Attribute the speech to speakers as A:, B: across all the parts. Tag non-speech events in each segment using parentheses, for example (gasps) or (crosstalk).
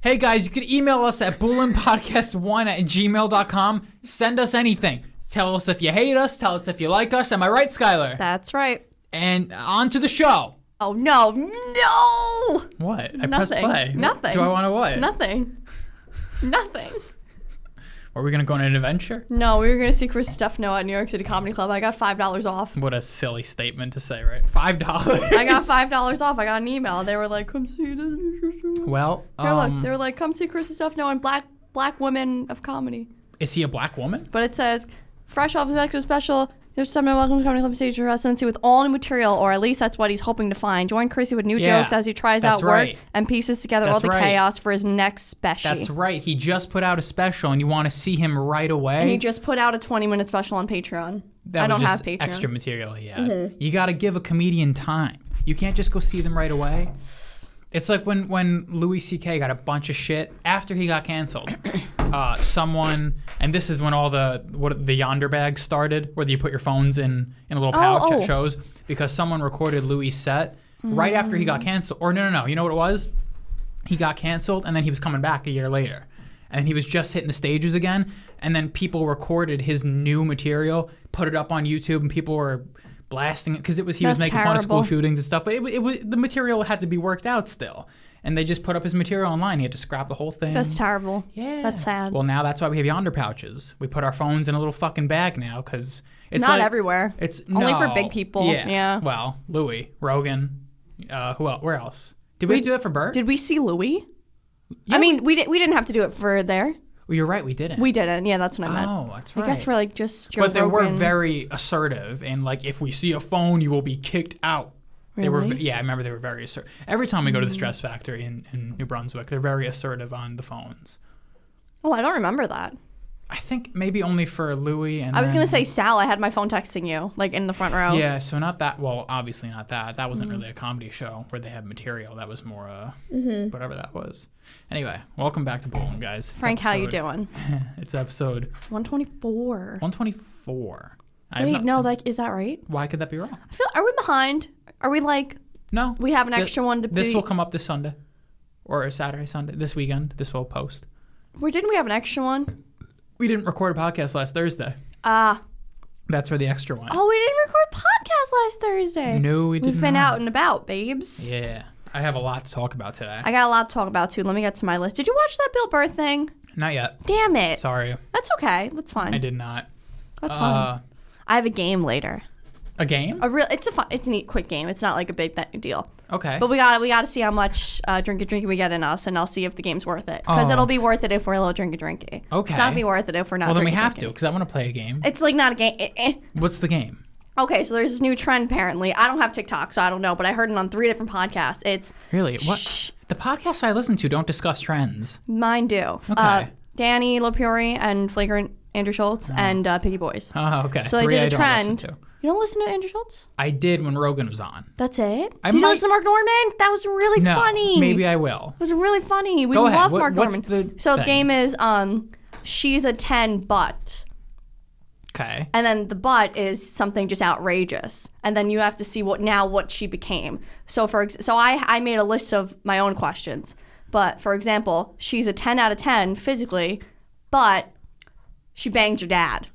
A: Hey guys, you can email us at boolinpodcast1 at gmail.com. Send us anything. Tell us if you hate us. Tell us if you like us. Am I right, Skylar?
B: That's right.
A: And on to the show.
B: Oh no, no,
A: What? I pressed
B: nothing,
A: play.
B: nothing.
A: Do I want to what?
B: Nothing, nothing.
A: Are we going to go on an adventure?
B: No, we were gonna see Chris Stefano at New York City Comedy Club. I got five dollars off.
A: What a silly statement to say, right? Five dollars.
B: I got five dollars off. I got an email. They were like, "Come see this."
A: (laughs) Well,
B: Here, look,
A: um,
B: they were like, "Come see Chris Stefano and black black women of comedy."
A: is he a black woman?
B: But it says, "Fresh off his extra special." There's someone welcome to Comedy Club stage for residency with all new material, or at least that's what he's hoping to find. Join Chrissy with new
A: Yeah,
B: jokes as he tries
A: that's
B: out work
A: right.
B: and pieces together all
A: That's
B: the
A: right.
B: chaos for his next special.
A: That's right. He just put out a special, and you want to see him right away.
B: And he just put out a 20 minute special on Patreon.
A: that
B: I
A: was
B: don't
A: just
B: have Patreon. Mm-hmm.
A: extra material he had. You got to give a comedian time. You can't just go see them right away. It's like when when Louis C.K. got a bunch of shit after he got
B: (coughs)
A: canceled. uh, someone, and this is when all the what the yonder bags started, where you put your phones in in a little pouch
B: oh.
A: at shows, because someone recorded Louis' set right after he
B: Mm.
A: got canceled. Or no, no, no. You know what it was? he got canceled and then he was coming back a year later and he was just hitting the stages again and then people recorded his new material put it up on youtube and people were blasting it because it was he was
B: That's
A: making fun of school
B: terrible.
A: shootings and stuff but it, wa- it was the material had to be worked out still and they just put up his material online he had to scrap the whole thing
B: That's terrible.
A: yeah
B: That's sad.
A: well now that's why we have yonder pouches we put our phones in a little fucking bag now because it's
B: Not
A: like-
B: everywhere.
A: it's
B: Only for
A: no.
B: big people, yeah.
A: well louis rogan uh who else where else did we, do that for Bert?
B: Did we see Louis? I mean, we, di- we didn't have to do it for there.
A: Well, you're right. We didn't.
B: We didn't. Yeah, that's what I meant.
A: Oh, that's
B: I
A: right.
B: guess we're like just Joe
A: but they were
B: Rogan.
A: very assertive and like, if we see a phone, you will be kicked out. They were,
B: Really? Mm.
A: ve- yeah, I remember they were very assertive. Every time we go to the Stress Factory in, in New Brunswick, they're very assertive on the phones.
B: Oh, I don't remember that.
A: I think maybe only for Louis and
B: I was
A: then-
B: gonna say Sal. I had my phone texting you, like in the front row.
A: Yeah, so not that. Well, obviously not that. That wasn't
B: Mm-hmm.
A: really a comedy show where they had material. That was more uh,
B: Mm-hmm.
A: whatever that was. Anyway, welcome back to Bowling, guys. It's
B: Frank, how you
A: episode-
B: doing?
A: It's episode
B: 124.
A: 124. I have
B: Wait,
A: not-
B: no, like is that right?
A: Why could that be wrong?
B: I feel. Are we behind? Are we like?
A: No.
B: We have an
A: Thi-
B: extra one to
A: This
B: be-
A: will come up this Sunday or Saturday, Sunday, this weekend. This will post.
B: Where didn't we have an extra one?
A: We didn't record a podcast last Thursday.
B: Ah.
A: That's where the extra one.
B: oh, we didn't record podcast last Thursday.
A: No, we
B: We've
A: did
B: been
A: not.
B: out and about, babes.
A: Yeah. I have a lot to talk about today.
B: I got a lot to talk about too. Let me get to my list. Did you watch that Bill Burr thing?
A: Not yet.
B: Damn it.
A: Sorry.
B: That's okay. That's fine.
A: I did not.
B: That's fine.
A: Uh,
B: I have a game later.
A: a game?
B: A real. It's a fun. It's a neat, quick game. It's not like a big th- deal.
A: Okay.
B: Oh, But we got to we got to see how much uh, drink a drinky we get in us, and I'll see if the game's worth it. Because
A: Oh.
B: it'll be worth it if we're a little drink a drinky.
A: Okay.
B: It's not gonna be worth it if we're not.
A: well, then we
B: drinky
A: have to
B: drinky.
A: because I want to play a game.
B: It's like not a game. eh, eh.
A: What's the game?
B: Okay, so there's this new trend apparently. I don't have TikTok, so I don't know, but I heard it on three different podcasts. It's
A: Really? What?
B: Shh. Mm.
A: The podcasts I listen to don't discuss trends.
B: mine do. Okay. Uh, Danny LaPuri and Flagrant Andrew Schultz and uh, Piggy Boys.
A: Oh, okay.
B: so they
A: Oh. Three
B: did
A: I
B: a
A: don't
B: trend.
A: Listen to.
B: You don't listen to Andrew Schultz?
A: I did when Rogan was on.
B: That's it.
A: I
B: did
A: might-
B: you listen to Mark Norman? That was really
A: No,
B: funny.
A: maybe I will.
B: It was really funny. We
A: Go ahead.
B: love
A: What-
B: Mark
A: what's
B: Norman.
A: the
B: so the
A: thing?
B: game is um she's a 10 but
A: Okay.
B: and then the but is something just outrageous and then you have to see what now what she became. So for ex- so I I made a list of my own questions. But for example, she's a 10 out of 10 physically, but she banged your dad.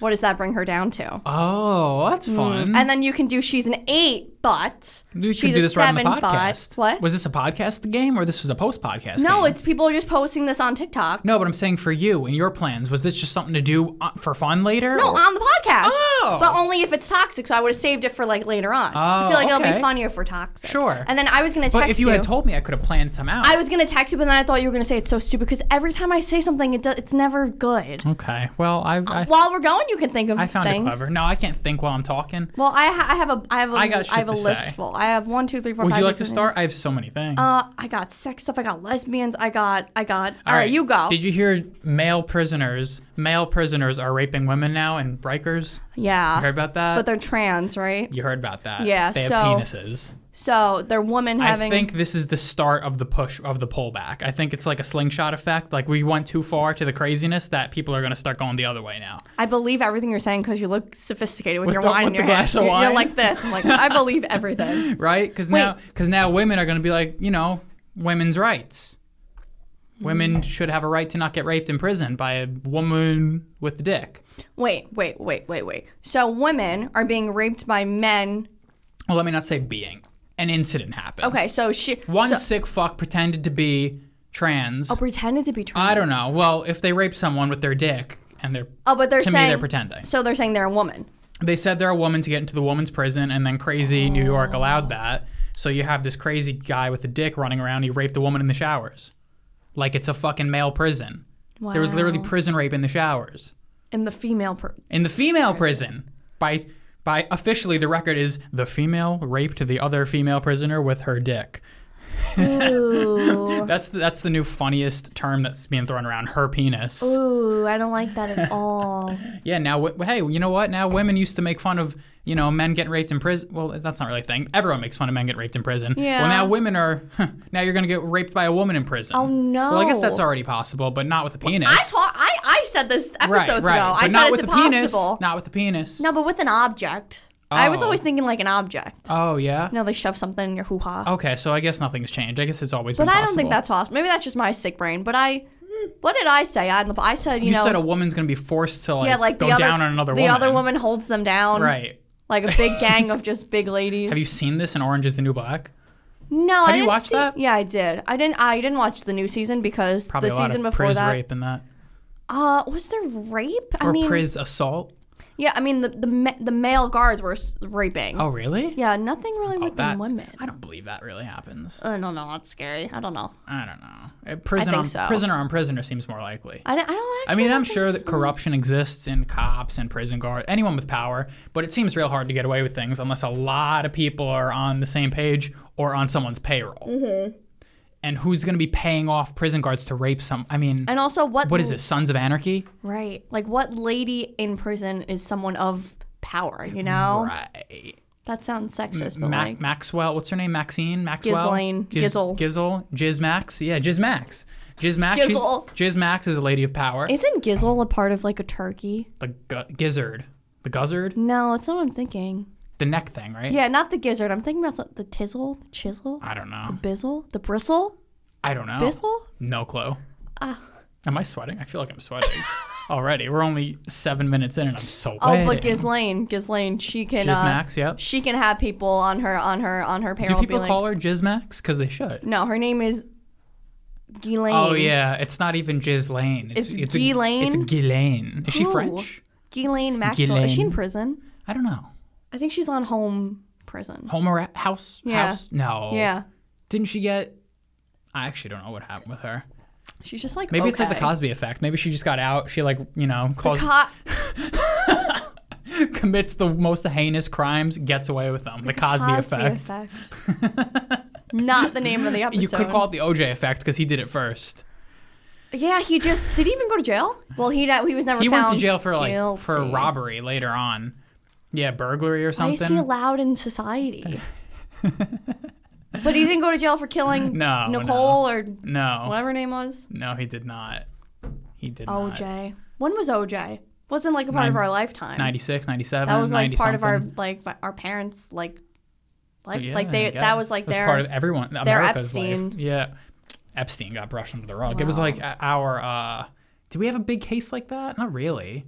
B: What does that bring her down to?
A: Oh, that's
B: Mm.
A: fun.
B: And then you can do she's an 8 but
A: We should
B: she's
A: do
B: a
A: this right on the
B: 7
A: podcast.
B: but what?
A: was this a podcast game or this was a post podcast?
B: no,
A: game?
B: it's people are just posting this on TikTok.
A: no. But I'm saying for you and your plans, was this just something to do uh, for fun later?
B: No, on the podcast.
A: Oh.
B: But only if it's toxic, so I would have saved it for like later on. I
A: Oh,
B: feel like it'll
A: okay.
B: be funnier if we're toxic.
A: Sure.
B: And then I was gonna text
A: but if you had told me, I could have planned some out.
B: I was gonna text you, but then I thought you were gonna say it's so stupid because every time I say something, it do- it's never good.
A: okay. Well,
B: Oh,
A: I I,
B: While we're going, you can think of
A: I found
B: things.
A: it clever. No, I can't think while I'm talking.
B: Well, I, ha- I have a I have a
A: I got shit
B: I have a
A: to
B: list
A: say.
B: full. I have one, two, three, four,
A: Would
B: five,
A: you like
B: six,
A: to
B: seven,
A: start? I have so many things.
B: eight. Uh, I got sex stuff. I got lesbians. I got I got. all right, you go.
A: Did you hear male prisoners? Male prisoners are raping women now and breakers.
B: yeah.
A: You heard about that?
B: But they're trans, right?
A: you heard about that?
B: Yeah,
A: They have
B: so-
A: penises.
B: So they're women having.
A: I think this is the start of the push of the pullback. I think it's like a slingshot effect. Like we went too far to the craziness that people are going to start going the other way now.
B: I believe everything you're saying because you look sophisticated with, your
A: the-
B: wine
A: with
B: in your
A: the
B: hand.
A: glass of
B: You're-
A: wine?
B: You're like this. I'm like,
A: (laughs)
B: I believe everything.
A: Right? Cuz now cuz now women are going to be like, you know, women's rights.
B: Hmm.
A: Women should have a right to not get raped in prison by a woman with a dick.
B: Wait, wait, wait, wait, wait. So women are being raped by men.
A: Well, let me not say being. An incident happened.
B: Okay, so she
A: One
B: so,
A: sick fuck pretended to be trans.
B: oh, pretended to be trans.
A: I don't know. Well, if they rape someone with their dick and they're
B: Oh, but they're
A: to
B: saying
A: me they're pretending.
B: So they're saying they're a woman.
A: They said they're a woman to get into the woman's prison, and then crazy New York allowed that. So you have this crazy guy with a dick running around. He raped a woman in the showers, like it's a fucking male prison. There was literally
B: Wow.
A: prison rape in the showers
B: in the
A: (laughs)
B: female per-
A: in the female prison by by officially the record is the female raped the other female prisoner with her dick.
B: Ooh.
A: That's the, that's the new funniest term that's being thrown around. Her penis.
B: Ooh, I don't like that at all.
A: Yeah. Now, w- hey, you know what? Now women used to make fun of you know men getting raped in prison. Well, that's not really a thing. Everyone makes fun of men getting raped in prison.
B: Yeah.
A: Well, now women are. now you're gonna get raped by a woman in prison.
B: Oh,
A: (laughs)
B: no.
A: Well, I guess that's already possible, but not with a penis.
B: I taught I, I said this
A: right,
B: episodes
A: right.
B: ago.
A: But
B: I
A: not
B: said
A: with
B: it's
A: the penis.
B: impossible.
A: Not with the penis.
B: No, but with an object. I was
A: Oh.
B: always thinking like an object.
A: Oh yeah.
B: you know, they shove something in your hoo ha.
A: Okay, so I guess nothing's changed. I guess it's always
B: but
A: been
B: I
A: possible.
B: don't think that's possible. Maybe that's just my sick brain. But I, what did I say? I, I said you,
A: You
B: know,
A: said a woman's gonna be forced to like,
B: yeah, like
A: go
B: the other,
A: down on another
B: the
A: woman.
B: other woman holds them down,
A: Right.
B: Like a big
A: (laughs)
B: gang of just big ladies.
A: Have you seen this in Orange Is the New Black?
B: No, I
A: you
B: didn't
A: watched
B: see,
A: that?
B: Yeah, I did. I didn't. I didn't watch the new season because
A: Probably a
B: the
A: lot
B: season
A: of
B: before
A: priz
B: that.
A: rape in that,
B: Uh, was there rape? I
A: or
B: mean,
A: priz assault.
B: yeah. I mean, the the, ma- the male guards were s- raping.
A: Oh really?
B: Yeah, nothing really with the
A: That's-
B: women.
A: I don't believe that really happens.
B: I don't know. That's scary. I don't know.
A: I don't know. Uh, Prison
B: think
A: on
B: so.
A: prisoner on prisoner seems more likely.
B: I don't. I don't
A: I
B: actually.
A: mean,
B: don't
A: I'm
B: think
A: sure
B: so.
A: that corruption exists in cops and prison guards, anyone with power, but it seems real hard to get away with things unless a lot of people are on the same page or on someone's payroll.
B: Mm-hmm.
A: And who's going to be paying off prison guards to rape some? I mean,
B: And also, what
A: what is this, Sons of Anarchy?
B: Right. Like, what lady in prison is someone of power? You know.
A: Right.
B: That sounds sexist, but
A: Ma-
B: like,
A: Maxwell, what's her name? Maxine? Maxwell?
B: Ghislaine.
A: Giz-
B: Gizzle.
A: Gizzle? Jizz Max? Yeah, Jizz Max. Jizz Max. she's-
B: Gizzle.
A: Jizz Max is a lady of power.
B: isn't Gizzle a part of like a turkey?
A: the gu- gizzard. The guzzard?
B: No, that's not what I'm thinking.
A: The neck thing, right?
B: Yeah, not the gizzard. I'm thinking about the- the tizzle, the chisel,
A: I Oh. don't know.
B: bizzle, the bristle,
A: I don't know.
B: bizzle.
A: No clue.
B: Ah.
A: Am I sweating? I feel like I'm
B: (laughs)
A: sweating already. We're only seven minutes in and I'm so
B: Oh,
A: wet.
B: but Ghislaine, Ghislaine, she can.
A: Jizz
B: uh,
A: Max, yep.
B: She can have people on her, on her, on her
A: Do
B: payroll. be
A: people
B: like,
A: call her Jizmax? Because they should.
B: No, her name is Ghislaine.
A: Oh, yeah. It's not even Jizz Lane. It's,
B: It's
A: a-
B: Ghislaine?
A: It's Ghislaine. Is she
B: Who?
A: French?
B: Ghislaine Maxwell. Is she in
A: Ghislaine.
B: prison?
A: I don't know.
B: I think she's on home prison.
A: Homer Ra- House?
B: Yeah.
A: House? No.
B: Yeah,
A: Didn't she get. I actually don't know what happened with her.
B: she's just like
A: Maybe it's like the
B: okay.
A: Cosby effect. Maybe she just got out. She, like, you know, caused,
B: Co-
A: (laughs) commits the most heinous crimes, gets away with them. The, Cosby, effect.
B: effect. Not the name of the
A: (laughs)
B: episode.
A: You could call it the OJ effect because he did it first.
B: Yeah, he just did. He even go to jail? Well, he da- he was never.
A: He went to
B: found
A: jail for like for
B: guilty.
A: robbery later on. Yeah, burglary or
B: Why is he
A: something.
B: allowed
A: (laughs)
B: in society? but he didn't go to jail for killing
A: (laughs) No,
B: Nicole or
A: no,
B: whatever her name was.
A: no, he did not. He did not.
B: OJ. When was OJ? Wasn't like a part of
A: Nin-
B: our lifetime.
A: 96, 97,
B: that was like
A: 90
B: part of our
A: something. Oh,
B: like my- our parents like like
A: Yeah,
B: like they
A: I
B: that
A: guess.
B: was like
A: It was
B: their
A: part of everyone America's
B: Epstein.
A: life. Yeah, Epstein got brushed under the rug. It was like a- our. uh Did we have a big case like that? Not really.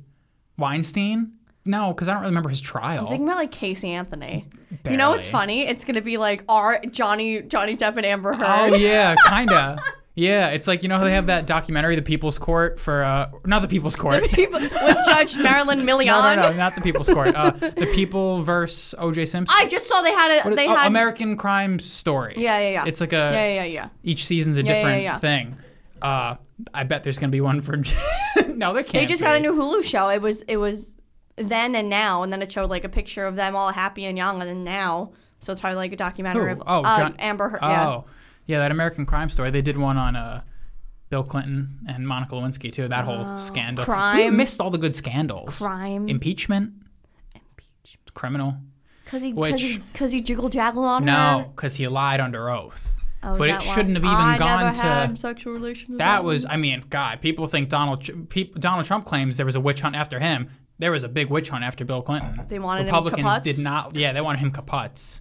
A: Weinstein. No, because I don't remember his trial.
B: Thinking about like Casey Anthony. You know what's
A: Oh. Barely.
B: funny? It's gonna be like our Johnny Johnny Depp and Amber Heard.
A: Oh yeah, kinda. Yeah, it's like you know how they have that documentary, The People's Court, for uh, not The People's Court.
B: (laughs) People- with Judge Marilyn
A: (laughs)
B: Millian.
A: no, no, no, not The People's Court. Uh, the People versus O.J. Simpson.
B: I just saw they had a they
A: Oh,
B: had
A: American Crime Story.
B: Yeah, yeah, yeah.
A: It's like a
B: yeah yeah yeah.
A: each season's a
B: yeah,
A: different
B: yeah.
A: thing. Uh, I bet there's gonna be one for. (laughs) no, they can't.
B: They just
A: be.
B: got a new Hulu show. It was it was then and now, and then it showed like a picture of them all happy and young, and then now. So it's probably like a documentary.
A: Who?
B: Of,
A: Oh,
B: uh,
A: John-
B: Amber Heard.
A: Oh,
B: Yeah.
A: yeah. that American Crime Story. They did one on uh, Bill Clinton and Monica Lewinsky too. That whole scandal. We
B: Oh, crime.
A: missed all the good scandals.
B: Crime.
A: Impeachment. Criminal.
B: Because he
A: Which-
B: because he, 'cause he jiggle jaggle on her.
A: No, because he lied under oath.
B: Oh, is
A: but
B: that
A: it
B: why?
A: shouldn't have even
B: I
A: gone
B: never
A: to.
B: had sexual relations. with
A: That
B: him.
A: was, I mean, God, people think Donald Tr- peop Donald Trump claims there was a witch hunt after him. There was a big witch hunt after Bill Clinton.
B: They wanted him
A: Republicans
B: kaputs?
A: did not. Yeah, they wanted him kaputs.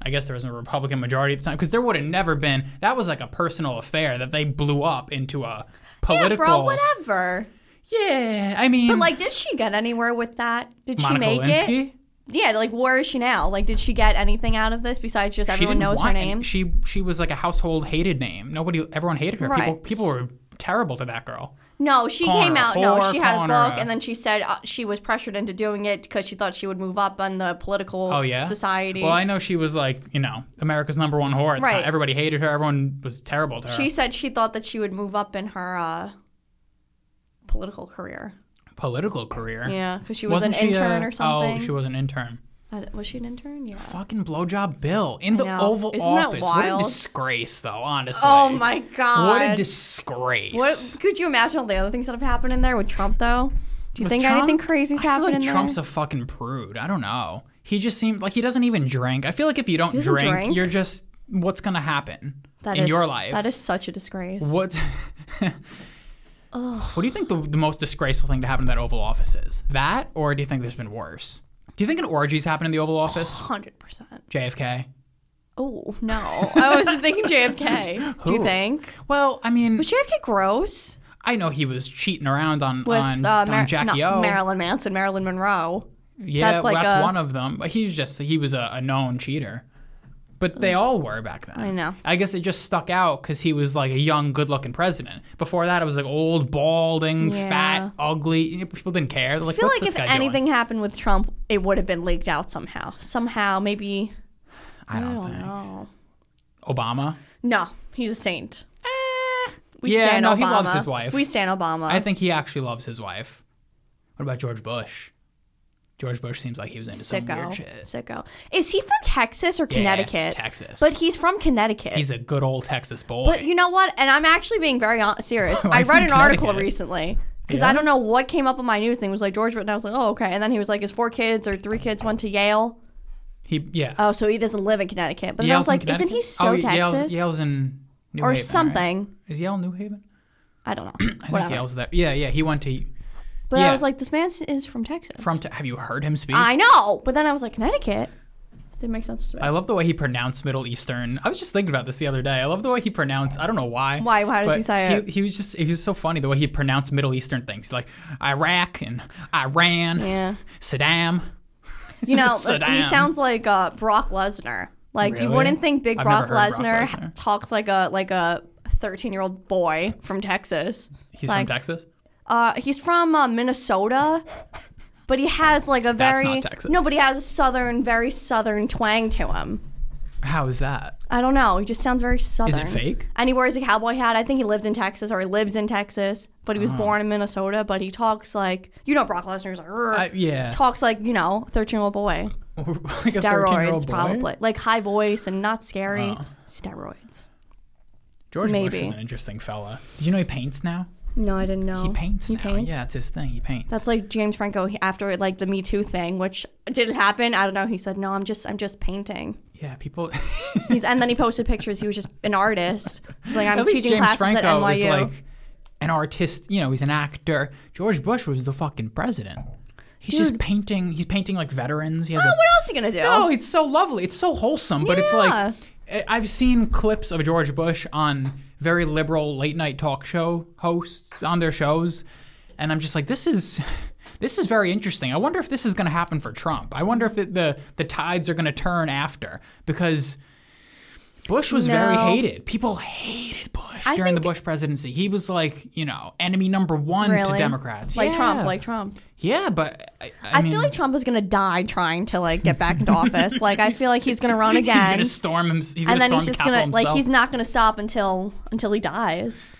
A: I guess there was a Republican majority at the time because there would have never been. That was like a personal affair that they blew up into a
B: yeah,
A: political.
B: bro, whatever.
A: Yeah, I mean,
B: But like, did she get anywhere with that? Did
A: Monica
B: she make
A: Lewinsky.
B: it? Yeah, like where is she now? Like, did she get anything out of this besides just
A: She
B: everyone
A: didn't
B: knows her
A: want any-
B: name?
A: She she was like a household hated name. Nobody, everyone hated her. People
B: Right.
A: people were terrible to that girl.
B: No, she
A: Calling
B: came
A: her a
B: out. no,
A: whore,
B: she had a
A: calling her
B: book,
A: a-
B: and then she said uh, she was pressured into doing it because she thought she would move up on the political
A: Oh yeah,
B: society.
A: Well, I know she was like you know America's number one whore. At the
B: Right.
A: time. Everybody hated her. Everyone was terrible to her.
B: she said she thought that she would move up in her uh, political career.
A: Political career.
B: Yeah, because she was an
A: she
B: intern
A: a-
B: or something.
A: Oh, she was an intern.
B: Uh, was she an intern? Yeah.
A: Fucking blowjob Bill in the
B: know.
A: Oval
B: Isn't that
A: Office. What
B: wild?
A: a disgrace, though. Honestly.
B: Oh my god.
A: What a disgrace.
B: What- could you imagine all the other things that have happened in there with Trump though? Do you
A: With
B: think
A: Trump,
B: anything crazy's
A: I feel
B: happened
A: like
B: in
A: Trump's
B: there?
A: a fucking prude. I don't know. He just seemed like he doesn't even drink. I feel like if you don't
B: doesn't
A: drink,
B: drink?
A: you're just what's gonna happen
B: That
A: in
B: is-
A: your life.
B: That is such a disgrace.
A: what. What do you think the, the most disgraceful thing to happen to that Oval Office is? That, or do you think there's been worse? Do you think an orgy's happened in the Oval
B: (sighs)
A: Office?
B: Hundred percent.
A: JFK.
B: Oh no, I was
A: (laughs)
B: thinking JFK. Do
A: Who?
B: you think?
A: Well, I mean,
B: Was JFK gross
A: I know he was cheating around on
B: with
A: on,
B: uh,
A: on
B: Mar-
A: Jackie
B: not
A: O.
B: Marilyn Manson, Marilyn Monroe?
A: yeah,
B: that's like
A: well, that's
B: a-
A: one of them. But he's just he was a, a known cheater. But they all were back then.
B: I know.
A: I guess it just stuck out because he was like a young, good-looking president. Before that, it was like old, balding,
B: Yeah.
A: fat, ugly. You know, People didn't care. They're like,
B: I feel
A: what's
B: like
A: this
B: if
A: guy
B: anything
A: doing?
B: happened with Trump, it would have been leaked out somehow. Somehow, maybe.
A: I don't,
B: I don't
A: think
B: know.
A: Obama.
B: No, he's a saint. We
A: Eh. Yeah,
B: stand
A: no,
B: Obama.
A: he loves his wife.
B: We stand Obama.
A: I think he actually loves his wife. What about George Bush? George Bush seems like he was into some
B: Sicko.
A: weird shit.
B: Sicko. Is he from Texas or
A: Yeah,
B: Connecticut?
A: Texas.
B: But he's from Connecticut.
A: he's a good old Texas boy.
B: but you know what? And I'm actually being very
A: (laughs)
B: hon- serious. I
A: is he
B: read an article
A: Connecticut?
B: recently because
A: Yeah?
B: I don't know what came up on my news thing. It was like George, but I was like, oh, okay. And then he was like, his four kids or three kids went to Yale.
A: he yeah.
B: Oh, so he doesn't live in Connecticut. But then I
A: Yale's
B: was
A: in
B: like, isn't he
A: Connecticut?
B: so
A: oh, Yale's-
B: Texas?
A: Yale's in New
B: or
A: Haven, right?
B: something.
A: Is Yale New Haven?
B: I don't know.
A: (clears throat) I think
B: Whatever.
A: Yale's there. Yeah, yeah. He went to
B: But
A: yeah.
B: I was like, this man is from Texas.
A: from. Te- have you heard him speak?
B: I know. But then I was like, Connecticut? Didn't make sense to me.
A: I love the way he pronounced Middle Eastern. I was just thinking about this the other day. I love the way he pronounced. I don't know why.
B: Why- why does
A: but
B: he say
A: he,
B: it?
A: He was just. He was so funny the way he pronounced Middle Eastern things, like Iraq and Iran,
B: yeah.
A: Saddam. (laughs)
B: You know,
A: Saddam.
B: like, he sounds like uh, Brock Lesnar. Like you
A: Really?
B: wouldn't think Big
A: I've
B: Brock
A: never heard Brock
B: Lesnar,
A: Lesnar.
B: talks like a like a thirteen year old boy from Texas.
A: He's
B: like,
A: from Texas.
B: Uh, he's from uh, Minnesota, but he has like a
A: That's
B: very
A: not Texas.
B: no, but he has a southern, very southern twang to him.
A: How is that?
B: I don't know. He just sounds very southern.
A: fake?
B: And he wears a cowboy hat. I think he lived in Texas or he lives in Texas, but he was
A: Ah.
B: born in Minnesota. But he talks like you know Brock Lesnar's like "Rrr,"
A: I, yeah.
B: talks like you know thirteen year old boy.
A: (laughs) Like a 13-year-old
B: steroids
A: boy? Oh.
B: probably like high voice and not scary steroids
A: George
B: Maybe.
A: Bush was an interesting fella. Do you know he paints now?
B: no i didn't know
A: He paints
B: Oh, he
A: now.
B: paints
A: Yeah, it's his thing. He paints.
B: that's like james franco he- after like the me too thing which did it happen i don't know he said no i'm just i'm just painting
A: yeah, people. (laughs)
B: he's and then he posted pictures he was just an artist he's like i'm
A: at least
B: teaching
A: James
B: classes
A: Franco
B: at
A: was
B: nyu
A: like an artist. You know, he's an actor. George Bush was the fucking president. He's just painting. He's painting like veterans. He has
B: oh
A: a
B: what else are you gonna do
A: Oh, it's so lovely. It's so wholesome, but it's like
B: Yeah.
A: I- I've seen clips of George Bush on very liberal late night talk show hosts on their shows, and I'm just like, this is (laughs) this is very interesting. I wonder if this is going to happen for Trump. I wonder if it, the the tides are going to turn after because Bush was very
B: No.
A: hated. People hated Bush during the
B: think-
A: Bush presidency. He was like, you know, enemy number one to
B: Really?
A: Democrats.
B: like
A: yeah.
B: Trump, like Trump.
A: yeah, but I, I,
B: I,
A: mean,
B: feel like Trump is gonna die trying to like get back into office.
A: (laughs)
B: Like I feel like he's gonna run again,
A: he's going to storm him. He's going
B: and
A: to
B: then
A: storm
B: he's
A: the
B: just
A: Capitol
B: gonna
A: himself.
B: like he's not gonna stop until until he dies.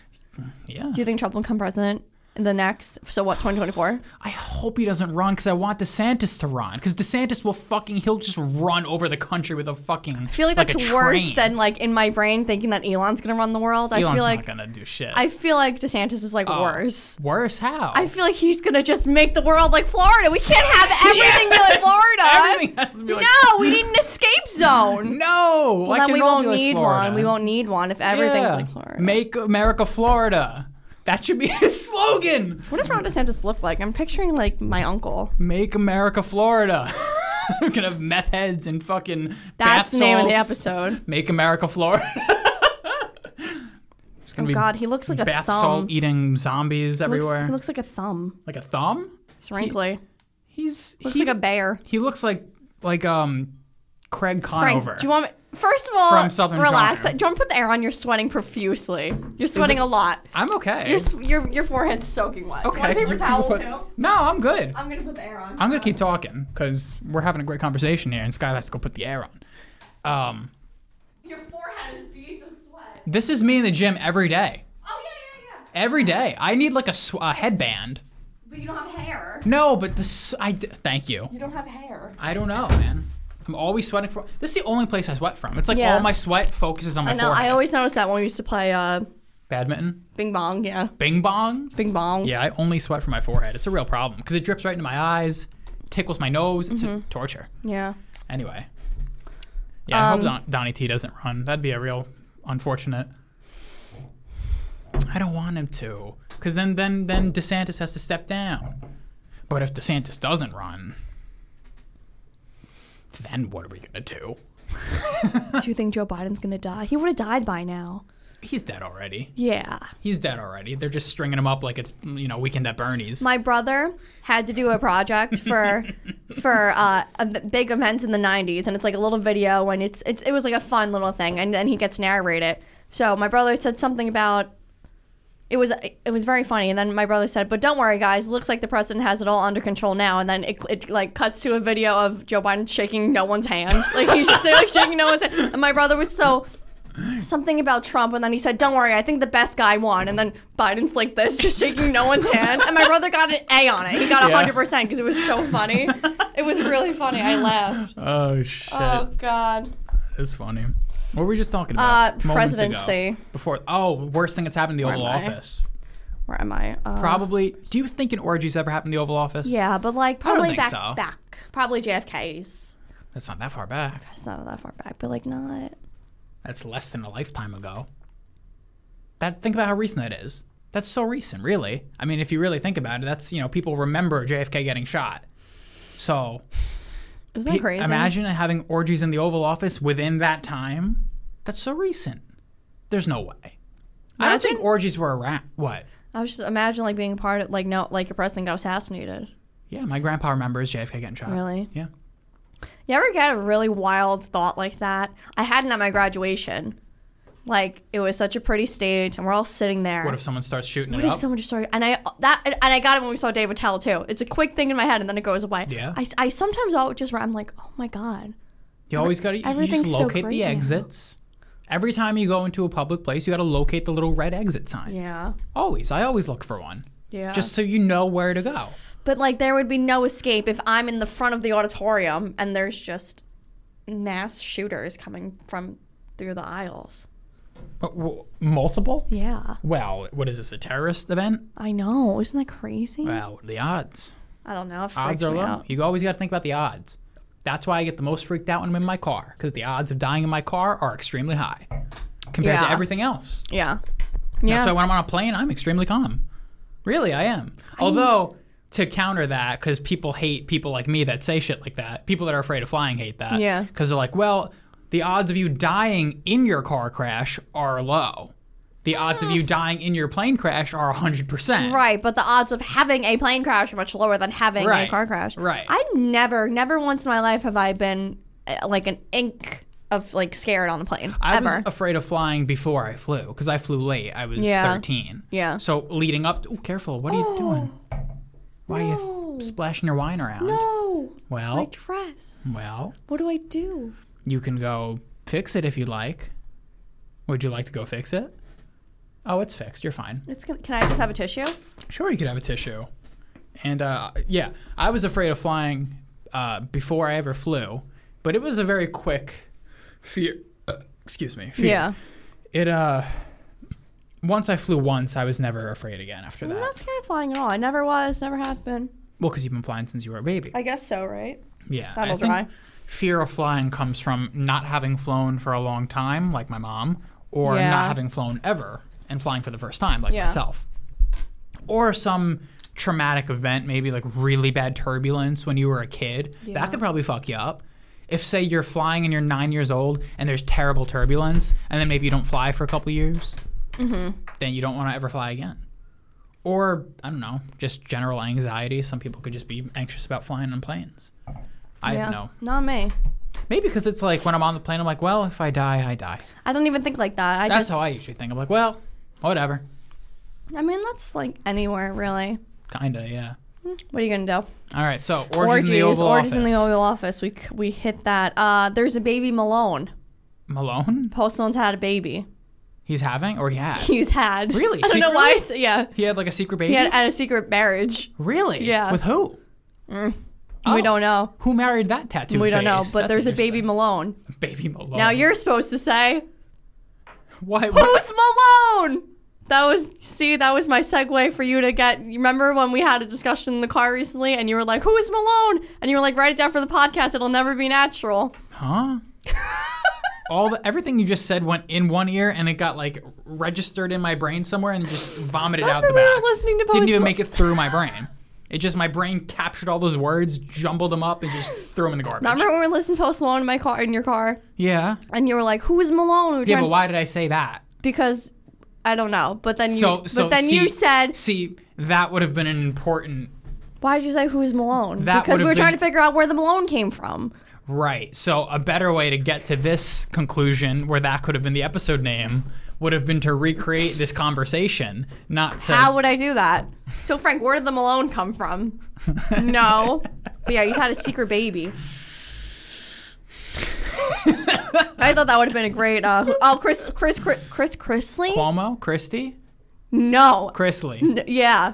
A: Yeah.
B: Do you think Trump will come president in the next? So what? Twenty twenty four.
A: I hope he doesn't run because I want DeSantis to run because DeSantis will fucking he'll just run over the country with a fucking.
B: I feel like,
A: a
B: that's
A: train.
B: worse than like in my brain thinking that Elon's gonna run the world. I
A: Elon's
B: feel like
A: not gonna Oh. do shit.
B: I feel like DeSantis is like worse.
A: worse how?
B: I feel like he's gonna just make the world like Florida. We
A: (laughs)
B: can't have everything be like Florida.
A: Everything has to be like
B: no, we need an escape
A: (laughs)
B: zone.
A: no. like,
B: then
A: it
B: we
A: all
B: won't
A: be like
B: need
A: Florida.
B: one. We won't need one if everything's
A: Yeah.
B: like Florida.
A: Make America Florida. That should be (laughs) his slogan.
B: what does Ron DeSantis look like? I'm picturing like my uncle.
A: Make America Florida. (laughs) We're gonna have meth heads and fucking bath
B: That's the name of the
A: salts.
B: episode.
A: Make America Florida.
B: (laughs)
A: It's
B: Oh
A: gonna be
B: God, he looks like a
A: bath
B: thumb.
A: salt eating zombies
B: He looks,
A: everywhere.
B: he looks like a thumb.
A: like a thumb?
B: It's wrinkly.
A: He's
B: looks
A: he,
B: like a bear.
A: he looks like like um Craig
B: Frank,
A: Conover.
B: do you want me? First of all,
A: From Southern
B: relax.
A: Charm.
B: Do you want to put the air on? You're sweating profusely. You're sweating a lot.
A: I'm okay.
B: Your, s- your, your forehead's soaking wet. Do
A: okay.
B: You want a
A: (laughs)
B: paper
A: you can
B: towel
A: put-
B: too?
A: No, I'm good.
B: I'm gonna put the air on.
A: I'm gonna keep talking because we're having a great conversation here, and Skylar has to go put the air on. Um,
B: Your forehead is beads of sweat.
A: this is me in the gym every day.
B: Oh yeah, yeah, yeah.
A: Every day, I need like a, sw- a headband.
B: But you don't have hair.
A: No, but this I d- thank you.
B: You don't have hair.
A: I don't know, man. I'm always sweating from. This is the only place I sweat from. It's like
B: Yeah.
A: all my sweat focuses on my
B: uh, I know.
A: forehead.
B: I always noticed that when we used to play uh,
A: Badminton,
B: Bing Bong. Yeah,
A: Bing Bong.
B: Bing Bong.
A: Yeah, I only sweat from my forehead. It's a real problem because it drips right into my eyes, tickles my nose. It's
B: Mm-hmm.
A: a torture. (laughs)
B: Yeah.
A: Anyway. Yeah,
B: Um,
A: I hope Don- Donnie T doesn't run. That'd be a real unfortunate. I don't want him to, because then then then DeSantis has to step down. But if DeSantis doesn't run, then what are we gonna do?
B: Do you think Joe Biden's gonna die? He would have died by now.
A: He's dead already.
B: Yeah.
A: He's dead already. They're just stringing him up like it's you know weekend at Bernie's.
B: My brother had to do a project for for uh, a b- big events in the '90s, and it's like a little video, and it's, it's it was like a fun little thing, and then he gets to narrate it. So my brother said something about it was it was very funny, and then my brother said, "But don't worry, guys, looks like the president has it all under control now." And then it, it like cuts to a video of Joe Biden shaking no one's hand, (laughs) like he's just there, like shaking no one's hand, and my brother was so. Something about Trump, and then he said, "Don't worry, I think the best guy won." And then Biden's like this, just shaking no one's hand. And my brother got an A on it. He got
A: Yeah.
B: hundred percent because it was so funny. it was really funny. I laughed.
A: oh shit,
B: Oh God.
A: that's funny. What were we just talking
B: Uh,
A: about? moments ago?
B: presidency.
A: Before oh, worst thing that's happened in the Oval
B: am I?
A: Office.
B: Where am I? Uh,
A: Probably. Do you think an orgy's ever happened in the Oval Office?
B: yeah, but like probably
A: think
B: back
A: so.
B: back. Probably JFK's.
A: That's not that far back.
B: It's not that far back, but like not.
A: That's less than a lifetime ago. That think about how recent that is. That's so recent, really. I mean, if you really think about it, that's you know people remember JFK getting shot. So
B: Isn't
A: pe-
B: that crazy?
A: imagine having orgies in the Oval Office within that time. That's so recent. There's no way. I don't think
B: Imagine-
A: orgies were around. What?
B: I was just imagine like being a part of like no like your president got assassinated.
A: Yeah, my grandpa remembers JFK getting shot.
B: Really?
A: Yeah.
B: You ever get a really wild thought like that? I hadn't at my graduation. Like it was such a pretty stage, and we're all sitting there.
A: What if someone starts shooting
B: What
A: it
B: if
A: up?
B: someone just started? And I that and I got it when we saw Dave Attell too. It's a quick thing in my head, and then it goes away.
A: Yeah.
B: I, I sometimes I'll just I'm like, oh my god.
A: You always got to you just
B: everything's so
A: locate
B: great
A: the
B: now.
A: exits. Every time you go into a public place, you got to locate the little red exit sign.
B: Yeah.
A: Always. I always look for one.
B: Yeah.
A: Just so you know where to go.
B: But like there would be no escape if I'm in the front of the auditorium and there's just mass shooters coming from through the aisles.
A: But w- multiple?
B: Yeah.
A: Well, what is this, a terrorist event?
B: I know. Isn't that crazy?
A: Well, the odds.
B: I don't know. It freaks
A: Odds are
B: me
A: low.
B: out.
A: You always got to think about the odds. That's why I get the most freaked out when I'm in my car, because the odds of dying in my car are extremely high compared to
B: Yeah.
A: everything else.
B: Yeah.
A: That's
B: Yeah.
A: why when I'm on a plane, I'm extremely calm. Really, I am. Although, to counter that, because people hate people like me that say shit like that, people that are afraid of flying hate that.
B: Yeah.
A: Because they're like, well, the odds of you dying in your car crash are low. The odds of you
B: Ah.
A: dying in your plane crash are 100%.
B: Right, but the odds of having a plane crash are much lower than having
A: Right.
B: a car crash.
A: Right.
B: I never, never once in my life have I been uh, like an ink of like scared on a plane
A: I
B: ever.
A: was afraid of flying before I flew because I flew late. I was
B: Yeah.
A: 13.
B: Yeah. Oh.
A: So leading up, to, ooh, careful. What are you doing? Why are you
B: No.
A: f- splashing your wine around? Oh.
B: no, my
A: Well,
B: dress.
A: well,
B: What do I do?
A: you can go fix it if you like. Would you like to go fix it? Oh, it's fixed. You're fine.
B: It's gonna, can I just have a tissue?
A: Sure, you could have a tissue. And uh, yeah, I was afraid of flying uh, before I ever flew, but it was a very quick fear. uh, excuse me. Fear.
B: Yeah.
A: It uh, once I flew once, I was never afraid again after
B: I'm
A: that.
B: not scared of flying at all. I never was, never have been.
A: Well, because you've been flying since you were a baby.
B: I guess so, right?
A: yeah,
B: that'll
A: I think
B: dry.
A: Fear of flying comes from not having flown for a long time, like my mom, or
B: Yeah.
A: not having flown ever and flying for the first time, like
B: Yeah.
A: myself, or some traumatic event, maybe like really bad turbulence when you were a kid,
B: Yeah.
A: that could probably fuck you up. If say you're flying and you're nine years old and there's terrible turbulence, and then maybe you don't fly for a couple years,
B: Mm-hmm.
A: then you don't want to ever fly again. Or I don't know, just general anxiety. Some people could just be anxious about flying on planes. I
B: yeah.
A: don't know.
B: Not me.
A: Maybe because it's like when I'm on the plane, I'm like, well, if I die, I die.
B: I don't even think like that. I
A: That's
B: just,
A: how I usually think. I'm like, well, whatever.
B: I mean, that's like anywhere really.
A: Kinda, yeah.
B: What are you gonna do?
A: All right, so orgies, in the Oval Office.
B: orgies in the Oval Office. We c- we hit that. Uh, there's a baby Malone.
A: Malone,
B: Post Malone's had a baby. (laughs)
A: he's having, or he had.
B: He's had.
A: Really?
B: I don't know
A: Secretly?
B: why. I said- yeah.
A: He had like a secret baby.
B: He had, had a secret marriage.
A: really?
B: Yeah.
A: With who? Oh.
B: We don't know.
A: Who married that tattoo?
B: We don't know.
A: face?
B: But
A: That's
B: there's a baby
A: interesting. Oh.
B: Malone.
A: Baby Malone.
B: Now you're supposed to say,
A: Why? What?
B: "Who's Malone?" That was see. That was my segue for you to get. You remember when we had a discussion in the car recently, and you were like, "Who is Malone?" And you were like, "Write it down for the podcast. It'll never be natural."
A: Huh? All the, everything you just said went in one ear, and it got like registered in my brain somewhere, and just vomited out the
B: Remember
A: back.
B: we were listening to Post
A: Didn't even
B: Malone-
A: make it through my brain. It just my brain captured all those words, jumbled them up, and just threw them in the garbage.
B: Remember when we were listening to Post Malone in my car in your car,
A: Yeah.
B: and you were like, "Who is Malone?" We were
A: Yeah,
B: trying-
A: but why did I say that?
B: Because I don't know. But then you.
A: So, so
B: but then
A: see,
B: you said,
A: see, that would have been an important
B: "Why did you say who is Malone?"
A: That
B: because we
A: would've
B: were trying
A: been-
B: to figure out where the Malone came from.
A: right. So, a better way to get to this conclusion, where that could have been the episode name, would have been to recreate this conversation, not to.
B: How would I do that? So, Frank, where did the Malone
A: (laughs)
B: come from? no. But yeah, he's had a secret baby. I thought that would have been a great. Uh, oh, Chris, Chris, Chris, Chris, Chrisley?
A: Cuomo, Christie,
B: No.
A: Chrisley,
B: N- yeah.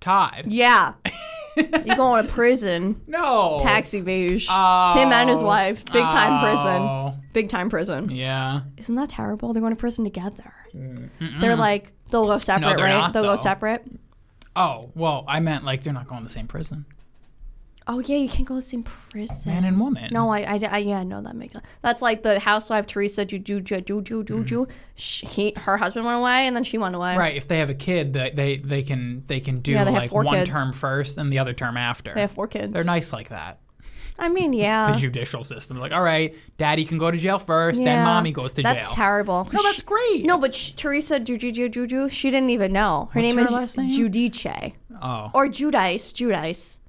A: Todd.
B: Yeah. You're going to
A: (laughs)
B: prison.
A: No.
B: Taxi beige.
A: Oh.
B: Him and his wife. Big time prison.
A: Oh.
B: Big time prison.
A: Yeah.
B: Isn't that terrible? They're going to prison together. They're like, they'll go separate,
A: Mm. they're
B: right?
A: not,
B: they'll
A: though.
B: go separate.
A: Oh well, I meant like they're not going to the same prison.
B: Oh, yeah, you can't go to the same prison.
A: Man and woman.
B: No, I, I, I- yeah, no, that makes sense. That's like the housewife Teresa Juju Juju Juju Juju. She- He, her husband went away, and then she went away.
A: Mm-hmm. Right. If they have a kid, they they, they can they can do
B: Yeah, they have
A: like
B: four
A: one
B: kids.
A: term first and the other term after.
B: They have four kids. Uh-huh.
A: They're nice like that.
B: I mean, yeah,
A: the judicial system. Like, all right, daddy can go to jail first, then
B: Yeah.
A: mommy goes to
B: that's
A: jail.
B: terrible.
A: no, that's great.
B: No, but she, Teresa Juju Juju Juju. She didn't even know her name
A: her
B: is
A: last name?
B: Judice
A: Oh.
B: or Judice Judice,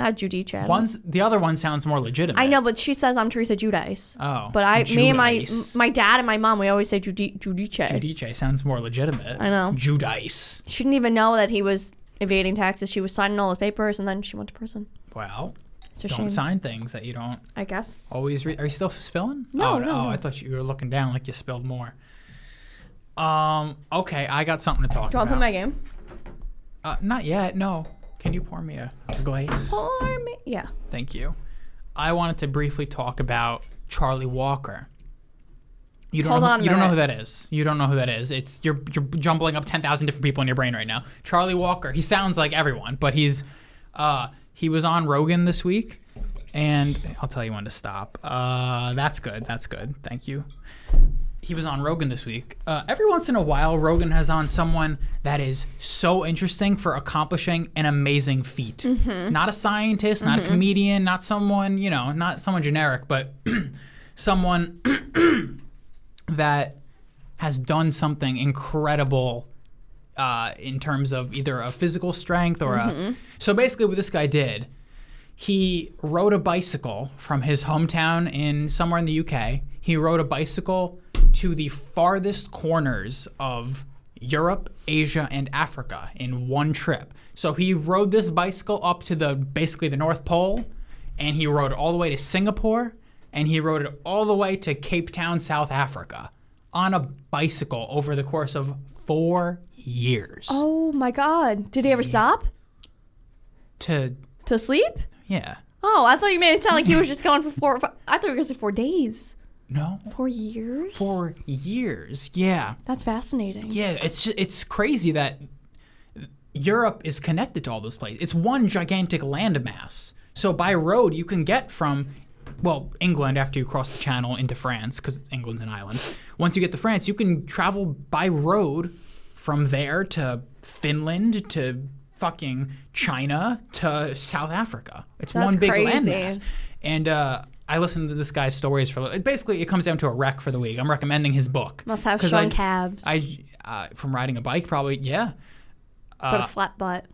B: not Judice. I don't-
A: One's the other one sounds more legitimate.
B: I know, but she says I'm Teresa Judice.
A: Oh.
B: But I, me and my
A: Judice.
B: my dad and my mom, we always say Judi- Judice.
A: DJ sounds more legitimate.
B: I know.
A: Judice.
B: She didn't even know that he was evading taxes. She was signing all his papers, and then she went to prison.
A: Well,
B: It's a
A: don't
B: shame.
A: sign things that you don't
B: I guess.
A: always read. Are you still spilling?
B: No,
A: oh,
B: no,
A: oh,
B: no.
A: I thought you were looking down like you spilled more. Um. Okay, I got something to talk
B: Do you want
A: about.
B: to play my game?
A: uh, not yet. No. Can you pour me a, a glaze?
B: Or me? Yeah.
A: Thank you. I wanted to briefly talk about Charlie Walker. You don't
B: Hold
A: know,
B: on a
A: you don't know who
B: minute.
A: that is. You don't know who that is. It's you're you're jumbling up 10,000 different people in your brain right now. Charlie Walker. He sounds like everyone, but he's uh he was on Rogan this week and I'll tell you when to stop. Uh that's good. That's good. Thank you. He was on Rogan this week. Uh, every once in a while, Rogan has on someone that is so interesting for accomplishing an amazing feat. Not a scientist, not a comedian, not someone, you know, not someone generic, but (clears throat) someone (clears throat) that has done something incredible uh, in terms of either a physical strength or a. So basically, what this guy did, he rode a bicycle from his hometown in somewhere in the UK. He rode a bicycle to the farthest corners of Europe, Asia, and Africa in one trip. So he rode this bicycle up to the basically the North Pole, and he rode it all the way to Singapore, and he rode it all the way to Cape Town, South Africa, on a bicycle over the course of four years.
B: Oh my God! Did he ever stop
A: To
B: to sleep?
A: yeah,
B: Oh, I thought you made it sound like he was just gone for four. I thought you were gonna say four days,
A: no,
B: four years.
A: four years. Yeah.
B: That's fascinating.
A: Yeah, it's ju- it's crazy that Europe is connected to all those places. It's one gigantic landmass. So by road, you can get from well England after you cross the Channel into France because England's an island. Once you get to France, you can travel by road from there to Finland to fucking China to South Africa. It's
B: That's
A: one big
B: crazy.
A: landmass. And uh, I listened to this guy's stories for. It basically, it comes down to a rec for the week. I'm recommending his book.
B: Must have
A: 'Cause
B: strong
A: I-
B: calves,
A: I uh, from riding a bike probably yeah
B: but a
A: uh,
B: flat butt.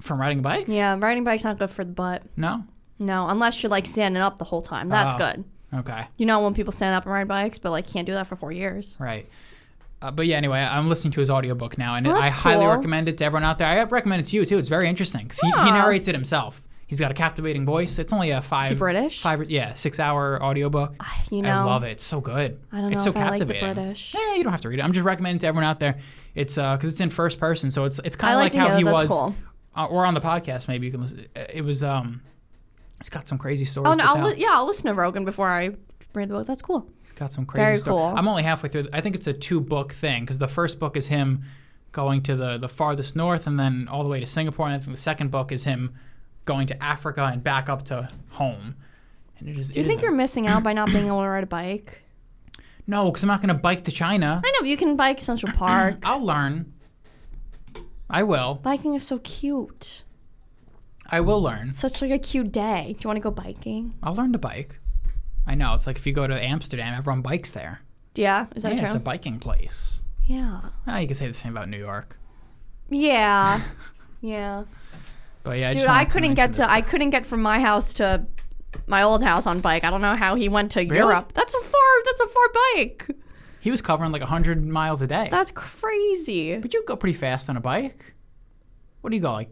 A: from riding a bike
B: Yeah, riding bike's not good for the butt.
A: no
B: No, unless you're like standing up the whole time. That's
A: Oh.
B: good.
A: okay
B: You know when people stand up and ride bikes, but like can't do that for four years.
A: right uh, but yeah anyway I'm listening to his audiobook now and
B: Well,
A: I
B: that's
A: highly
B: cool.
A: recommend it to everyone out there I recommend it to you too it's very interesting 'cause he, he
B: Yeah.
A: narrates it himself he's got a captivating voice it's only a five
B: British?
A: five yeah six hour audiobook
B: (sighs) You know,
A: I love it it's so good
B: I don't
A: it's
B: know
A: so
B: if I like the
A: captivating
B: British.
A: yeah you don't have to read it I'm just recommending it to everyone out there it's because it's in first person so it's it's kind
B: I
A: of
B: like
A: like,
B: to
A: how
B: hear
A: he
B: that. That's
A: was
B: cool.
A: uh, or on the podcast maybe you can listen it was um it's got some crazy stories
B: Oh no,
A: to
B: I'll
A: tell.
B: li- yeah, I'll listen to Rogan before I read the book. That's cool.
A: Got some crazy
B: Very
A: stuff.
B: cool.
A: I'm only halfway through. I think it's a two book thing because the first book is him going to the, the farthest north and then all the way to Singapore. And I think the second book is him going to Africa and back up to home. And it is,
B: Do you think you're missing out by not being able to ride a bike?
A: no? Because I'm not going to bike to China.
B: I know, but you can bike Central Park. (clears throat)
A: I'll learn. I will.
B: Biking is so cute.
A: I will learn.
B: Such like a cute day. Do you want to go biking?
A: I'll learn to bike. I know. It's like if you go to Amsterdam, everyone bikes there.
B: Yeah, is that
A: yeah, it's
B: true?
A: a biking place.
B: yeah.
A: Well, you could say the same about New York. (laughs)
B: Yeah. yeah.
A: But yeah, I
B: Dude,
A: just wanted
B: I couldn't
A: mention
B: get
A: this
B: to I couldn't get from my house to my old house on bike. I don't know how he went to Europe. That's a far that's a far bike.
A: stuff. He was covering like 100 miles a day.
B: That's crazy.
A: But you go pretty fast on a bike. What do you go like?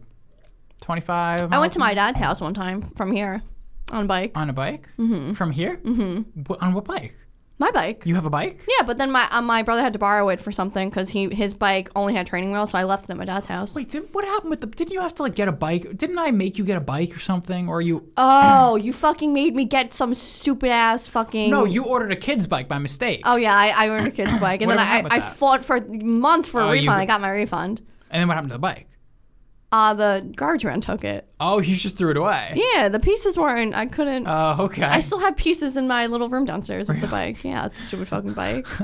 A: Twenty five.
B: I went to my dad's house one time from here on bike.
A: on a bike from here. Mm-hmm. On what bike?
B: My bike.
A: You have a bike?
B: Yeah, but then my uh, my brother had to borrow it for something because he his bike only had training wheels, so I left it at my dad's house.
A: Wait, did, what happened with the? Didn't you have to like get a bike? Didn't I make you get a bike or something? Or you?
B: Oh, you fucking made me get some stupid ass fucking.
A: no, you ordered a kid's bike by mistake,
B: Mm. Oh yeah, I, I ordered a kid's bike, and then
A: Whatever
B: I,
A: happened
B: I
A: with that?
B: fought for months for a
A: Oh, you-
B: refund. I got my refund.
A: and then what happened to the bike?
B: Uh the garbage man took it.
A: Oh, you just threw it away.
B: Yeah, the pieces weren't. I couldn't.
A: Oh, okay.
B: I still have pieces in my little room downstairs of the bike. Yeah, it's a stupid fucking bike.
A: (laughs)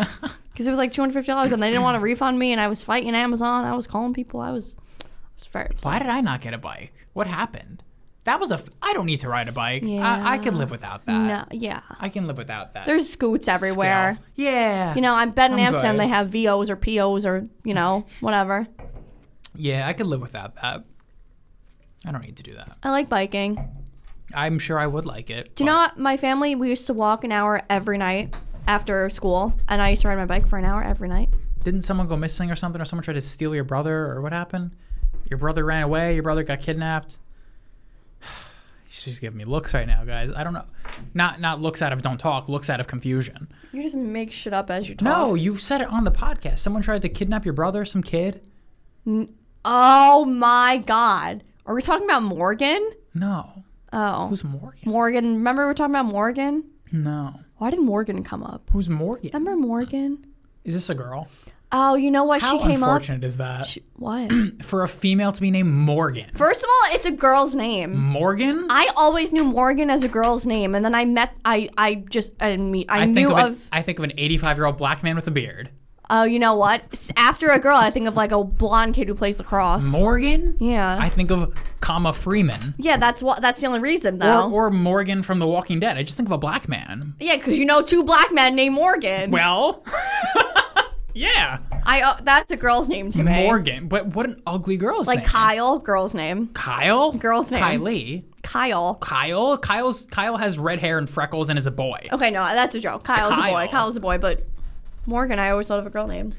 B: Because it was like two hundred fifty dollars, and they didn't want to refund me, and I was fighting Amazon. I was calling people. I was, I was very upset.
A: Why did I not get a bike? What happened? That was a. F- I don't need to ride a bike.
B: Yeah.
A: I, I could live without that.
B: No, yeah.
A: I can live without that.
B: There's scoots
A: Scale.
B: everywhere.
A: Yeah.
B: You know, I'm betting
A: I'm
B: Amsterdam
A: good.
B: they have VOs or POs or, you know, whatever.
A: Yeah, I could live without that. I don't need to do that.
B: I like biking.
A: I'm sure I would like it.
B: Do you know what? My family, we used to walk an hour every night after school, and I used to ride my bike for an hour every night.
A: Didn't someone go missing or something, or someone tried to steal your brother, or what happened? Your brother ran away. Your brother got kidnapped. (sighs) She's giving me looks right now, guys. I don't know. Not not looks out of don't talk. Looks out of confusion.
B: You just make shit up as you talk.
A: No, you said it on the podcast. Someone tried to kidnap your brother, some kid.
B: Oh my God. Are we talking about Morgan?
A: No,
B: Oh.
A: who's Morgan?
B: Morgan. Remember we were talking about Morgan?
A: No,
B: Why did Morgan come up?
A: who's Morgan?
B: Remember Morgan?
A: Is this a girl?
B: Oh, you know what?
A: How
B: she came up.
A: unfortunate is that
B: She, what? (clears throat)
A: for a female to be named Morgan?
B: First of all, it's a girl's name.
A: Morgan?
B: I always knew Morgan as a girl's name, and then I met. I I just I didn't meet. I,
A: I think
B: knew
A: of,
B: of.
A: an, I think of an 85 year old black man with a beard.
B: oh, you know what? S- After a girl, I think of like a blonde kid who plays lacrosse.
A: Morgan?
B: yeah.
A: I think of comma Freeman
B: yeah, that's what. That's the only reason
A: or,
B: though.
A: or Morgan from The Walking Dead. I just think of a black man.
B: yeah, because you know two black men named Morgan.
A: Well, (laughs) yeah,
B: I uh, that's a girl's name to me.
A: Morgan. But what an ugly girl's
B: Like
A: name.
B: Kyle, girl's name.
A: Kyle.
B: Girl's name.
A: Kylie.
B: Kyle.
A: Kyle. Kyle's Kyle has red hair and freckles and is a boy.
B: Okay, no, that's a joke. Kyle's a
A: Kyle.
B: boy. Kyle's a boy, but Morgan, I always thought of a girl name.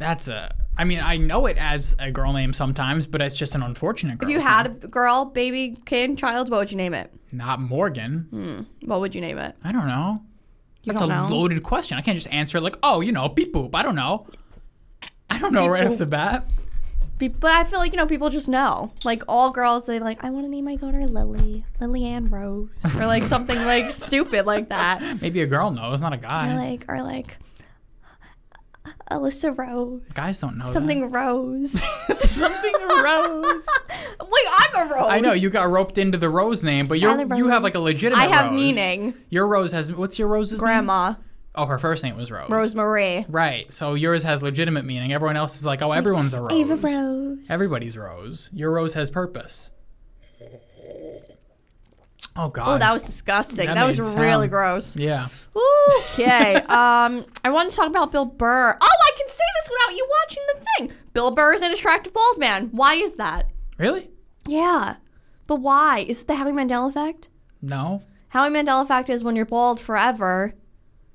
A: That's a. I mean, I know it as a girl name sometimes, but it's just an unfortunate girl.
B: If you had a girl, baby, kid, child, what would you name it?
A: not Morgan.
B: Hmm. What would you name it?
A: I don't know. That's
B: don't
A: a
B: know?
A: loaded question. I can't just answer it like, oh, you know, beep boop. I don't know. I don't know right off the bat.
B: Be- But I feel like you know people just know. Like all girls, they like I want to name my daughter Lily, Lily Ann Rose,
A: (laughs)
B: or like something like stupid like that,
A: Maybe a girl knows, not a guy.
B: or like or like Alyssa Rose,
A: Guys don't know
B: something Rose. (laughs)
A: That. something rose.
B: Wait, I'm a rose.
A: I know you got roped into the rose name, but you
B: Sally
A: you have
B: Rose.
A: like a legitimate.
B: I have
A: rose.
B: meaning.
A: Your rose has what's your rose's name?
B: Grandma,
A: Oh, her first name was Rose.
B: Rose Marie.
A: Right. So yours has legitimate meaning. Everyone else is like, oh, everyone's a Rose.
B: Ava Rose.
A: Everybody's Rose. Your Rose has purpose. Oh God.
B: Oh, that was disgusting.
A: That
B: That,
A: made
B: was really
A: sound.
B: gross.
A: Yeah. (laughs)
B: Okay. um, I want to talk about Bill Burr. Oh, I can say this without you watching the thing. Bill Burr is an attractive bald man. Why is that?
A: Really?
B: Yeah, but why? Is it the Howie Mandel effect?
A: No.
B: Howie Mandel effect is when you're bald forever.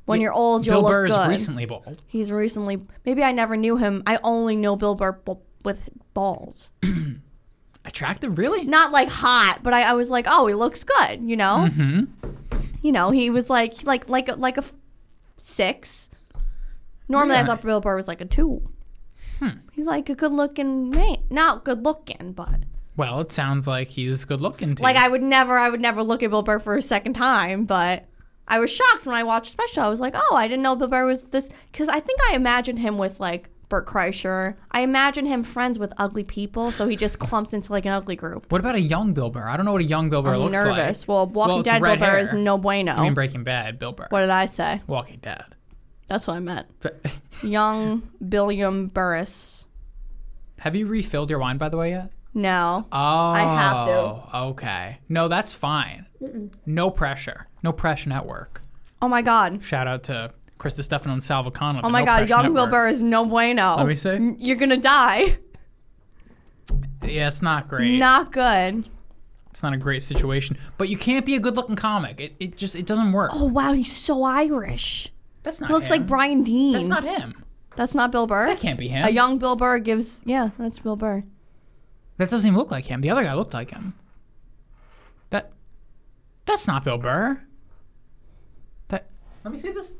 B: When you're old, you'll
A: Bill
B: look
A: Burr is
B: good.
A: recently bald.
B: He's recently. Maybe I never knew him. I only know Bill Burr b- with bald.
A: Attractive, really?
B: Not like hot, but I, I was like, oh, he looks good. You know. Mm-hmm. You know, he was like like like a, like a f- six. Normally, I
A: Really? Hmm.
B: thought Bill Burr was like a two. He's like a good looking man. Not good looking, but
A: Well, it sounds like he's good looking. To
B: Like
A: you.
B: I would never, I would never look at Bill Burr for a second time. But I was shocked when I watched special. I was like, oh, I didn't know Bill Burr was this because I think I imagined him with like Burt Kreischer. I imagine him friends with ugly people, so he just clumps into like an ugly group.
A: What about a young Bill Burr? I don't know what a young Bill Burr
B: I'm
A: looks like.
B: nervous. Well, Walking
A: it's
B: Dead Bill
A: red
B: Burr
A: hair.
B: is no bueno.
A: I mean, Breaking Bad, Bill Burr.
B: what did I say?
A: Walking Dead.
B: That's what I meant.
A: But- (laughs)
B: Young Billiam Burris.
A: Have you refilled your wine, by the way, yet?
B: No.
A: Oh,
B: have to.
A: Okay. No, that's fine. No pressure. No pressure network.
B: oh my God.
A: Shout out to Chris Stefano and Sal Vacano.
B: Oh my God. Young Bill Burr is no bueno.
A: Let me see.
B: N- You're gonna die.
A: Yeah, it's not great.
B: Not good.
A: It's not a great situation. But you can't be a good-looking comic. It, it just it doesn't work.
B: Oh wow, he's so Irish.
A: that's not.
B: Looks
A: him.
B: like Brian Dean.
A: That's not him.
B: That's not Bill Burr.
A: That can't be him.
B: A young Bill Burr gives. Yeah, that's Bill Burr.
A: that doesn't even look like him. The other guy looked like him. That. That's not Bill Burr. That. Let me see this.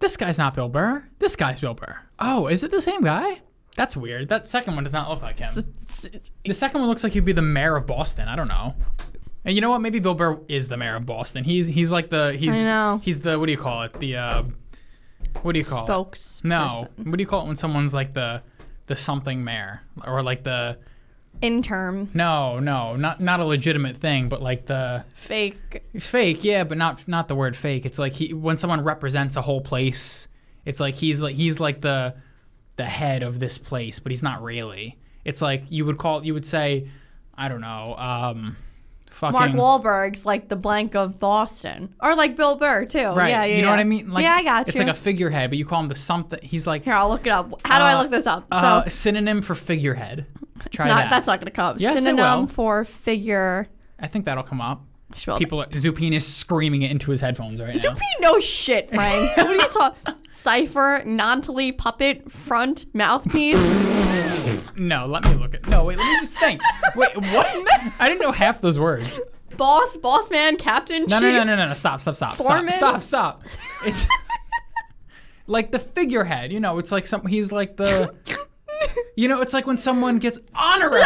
A: This guy's not Bill Burr. This guy's Bill Burr. Oh, is it the same guy? That's weird. That second one does not look like him. The second one looks like he'd be the mayor of Boston. I don't know. And you know what? Maybe Bill Burr is the mayor of Boston. He's he's like the he's
B: I know.
A: he's the what do you call it? The uh, what do you call it?
B: Spokes.
A: No. What do you call it when someone's like the the something mayor or like the
B: Intern.
A: no no not not a legitimate thing but like the
B: Fake.
A: it's fake yeah but not not the word fake it's like he when someone represents a whole place it's like he's like he's like the the head of this place but he's not really it's like you would call you would say I don't know um
B: Mark
A: fucking
B: Wahlberg's like the blank of Boston, or like Bill Burr too.
A: right
B: Yeah, yeah.
A: you know what
B: yeah.
A: I mean like
B: yeah, I got
A: it's
B: you.
A: like a figurehead but you call him the something he's like
B: Here, I'll look it up. How do I
A: Uh,
B: look this up? So
A: uh, synonym for figurehead try
B: it's not,
A: that
B: that's not gonna come.
A: Yes, it
B: Synonym
A: will.
B: for figure.
A: I think that'll come up.
B: Spelled-
A: People, are, Zupin is screaming it into his headphones right
B: You
A: now.
B: be no
A: (laughs)
B: shit, Frank. what are you talking? Cipher, nontally, puppet, front,
A: (laughs)
B: mouthpiece.
A: No, let me look at. No, wait, let me just
B: (laughs)
A: think. wait, what? I didn't know half those words.
B: boss, boss man, captain,
A: No,
B: chief.
A: no, no, no, no, no. Stop, stop, stop,
B: Foreman?
A: stop, stop, stop. It's (laughs) like the figurehead. You know, it's like some. He's like the.
B: (laughs)
A: You know, it's like when someone gets honorary.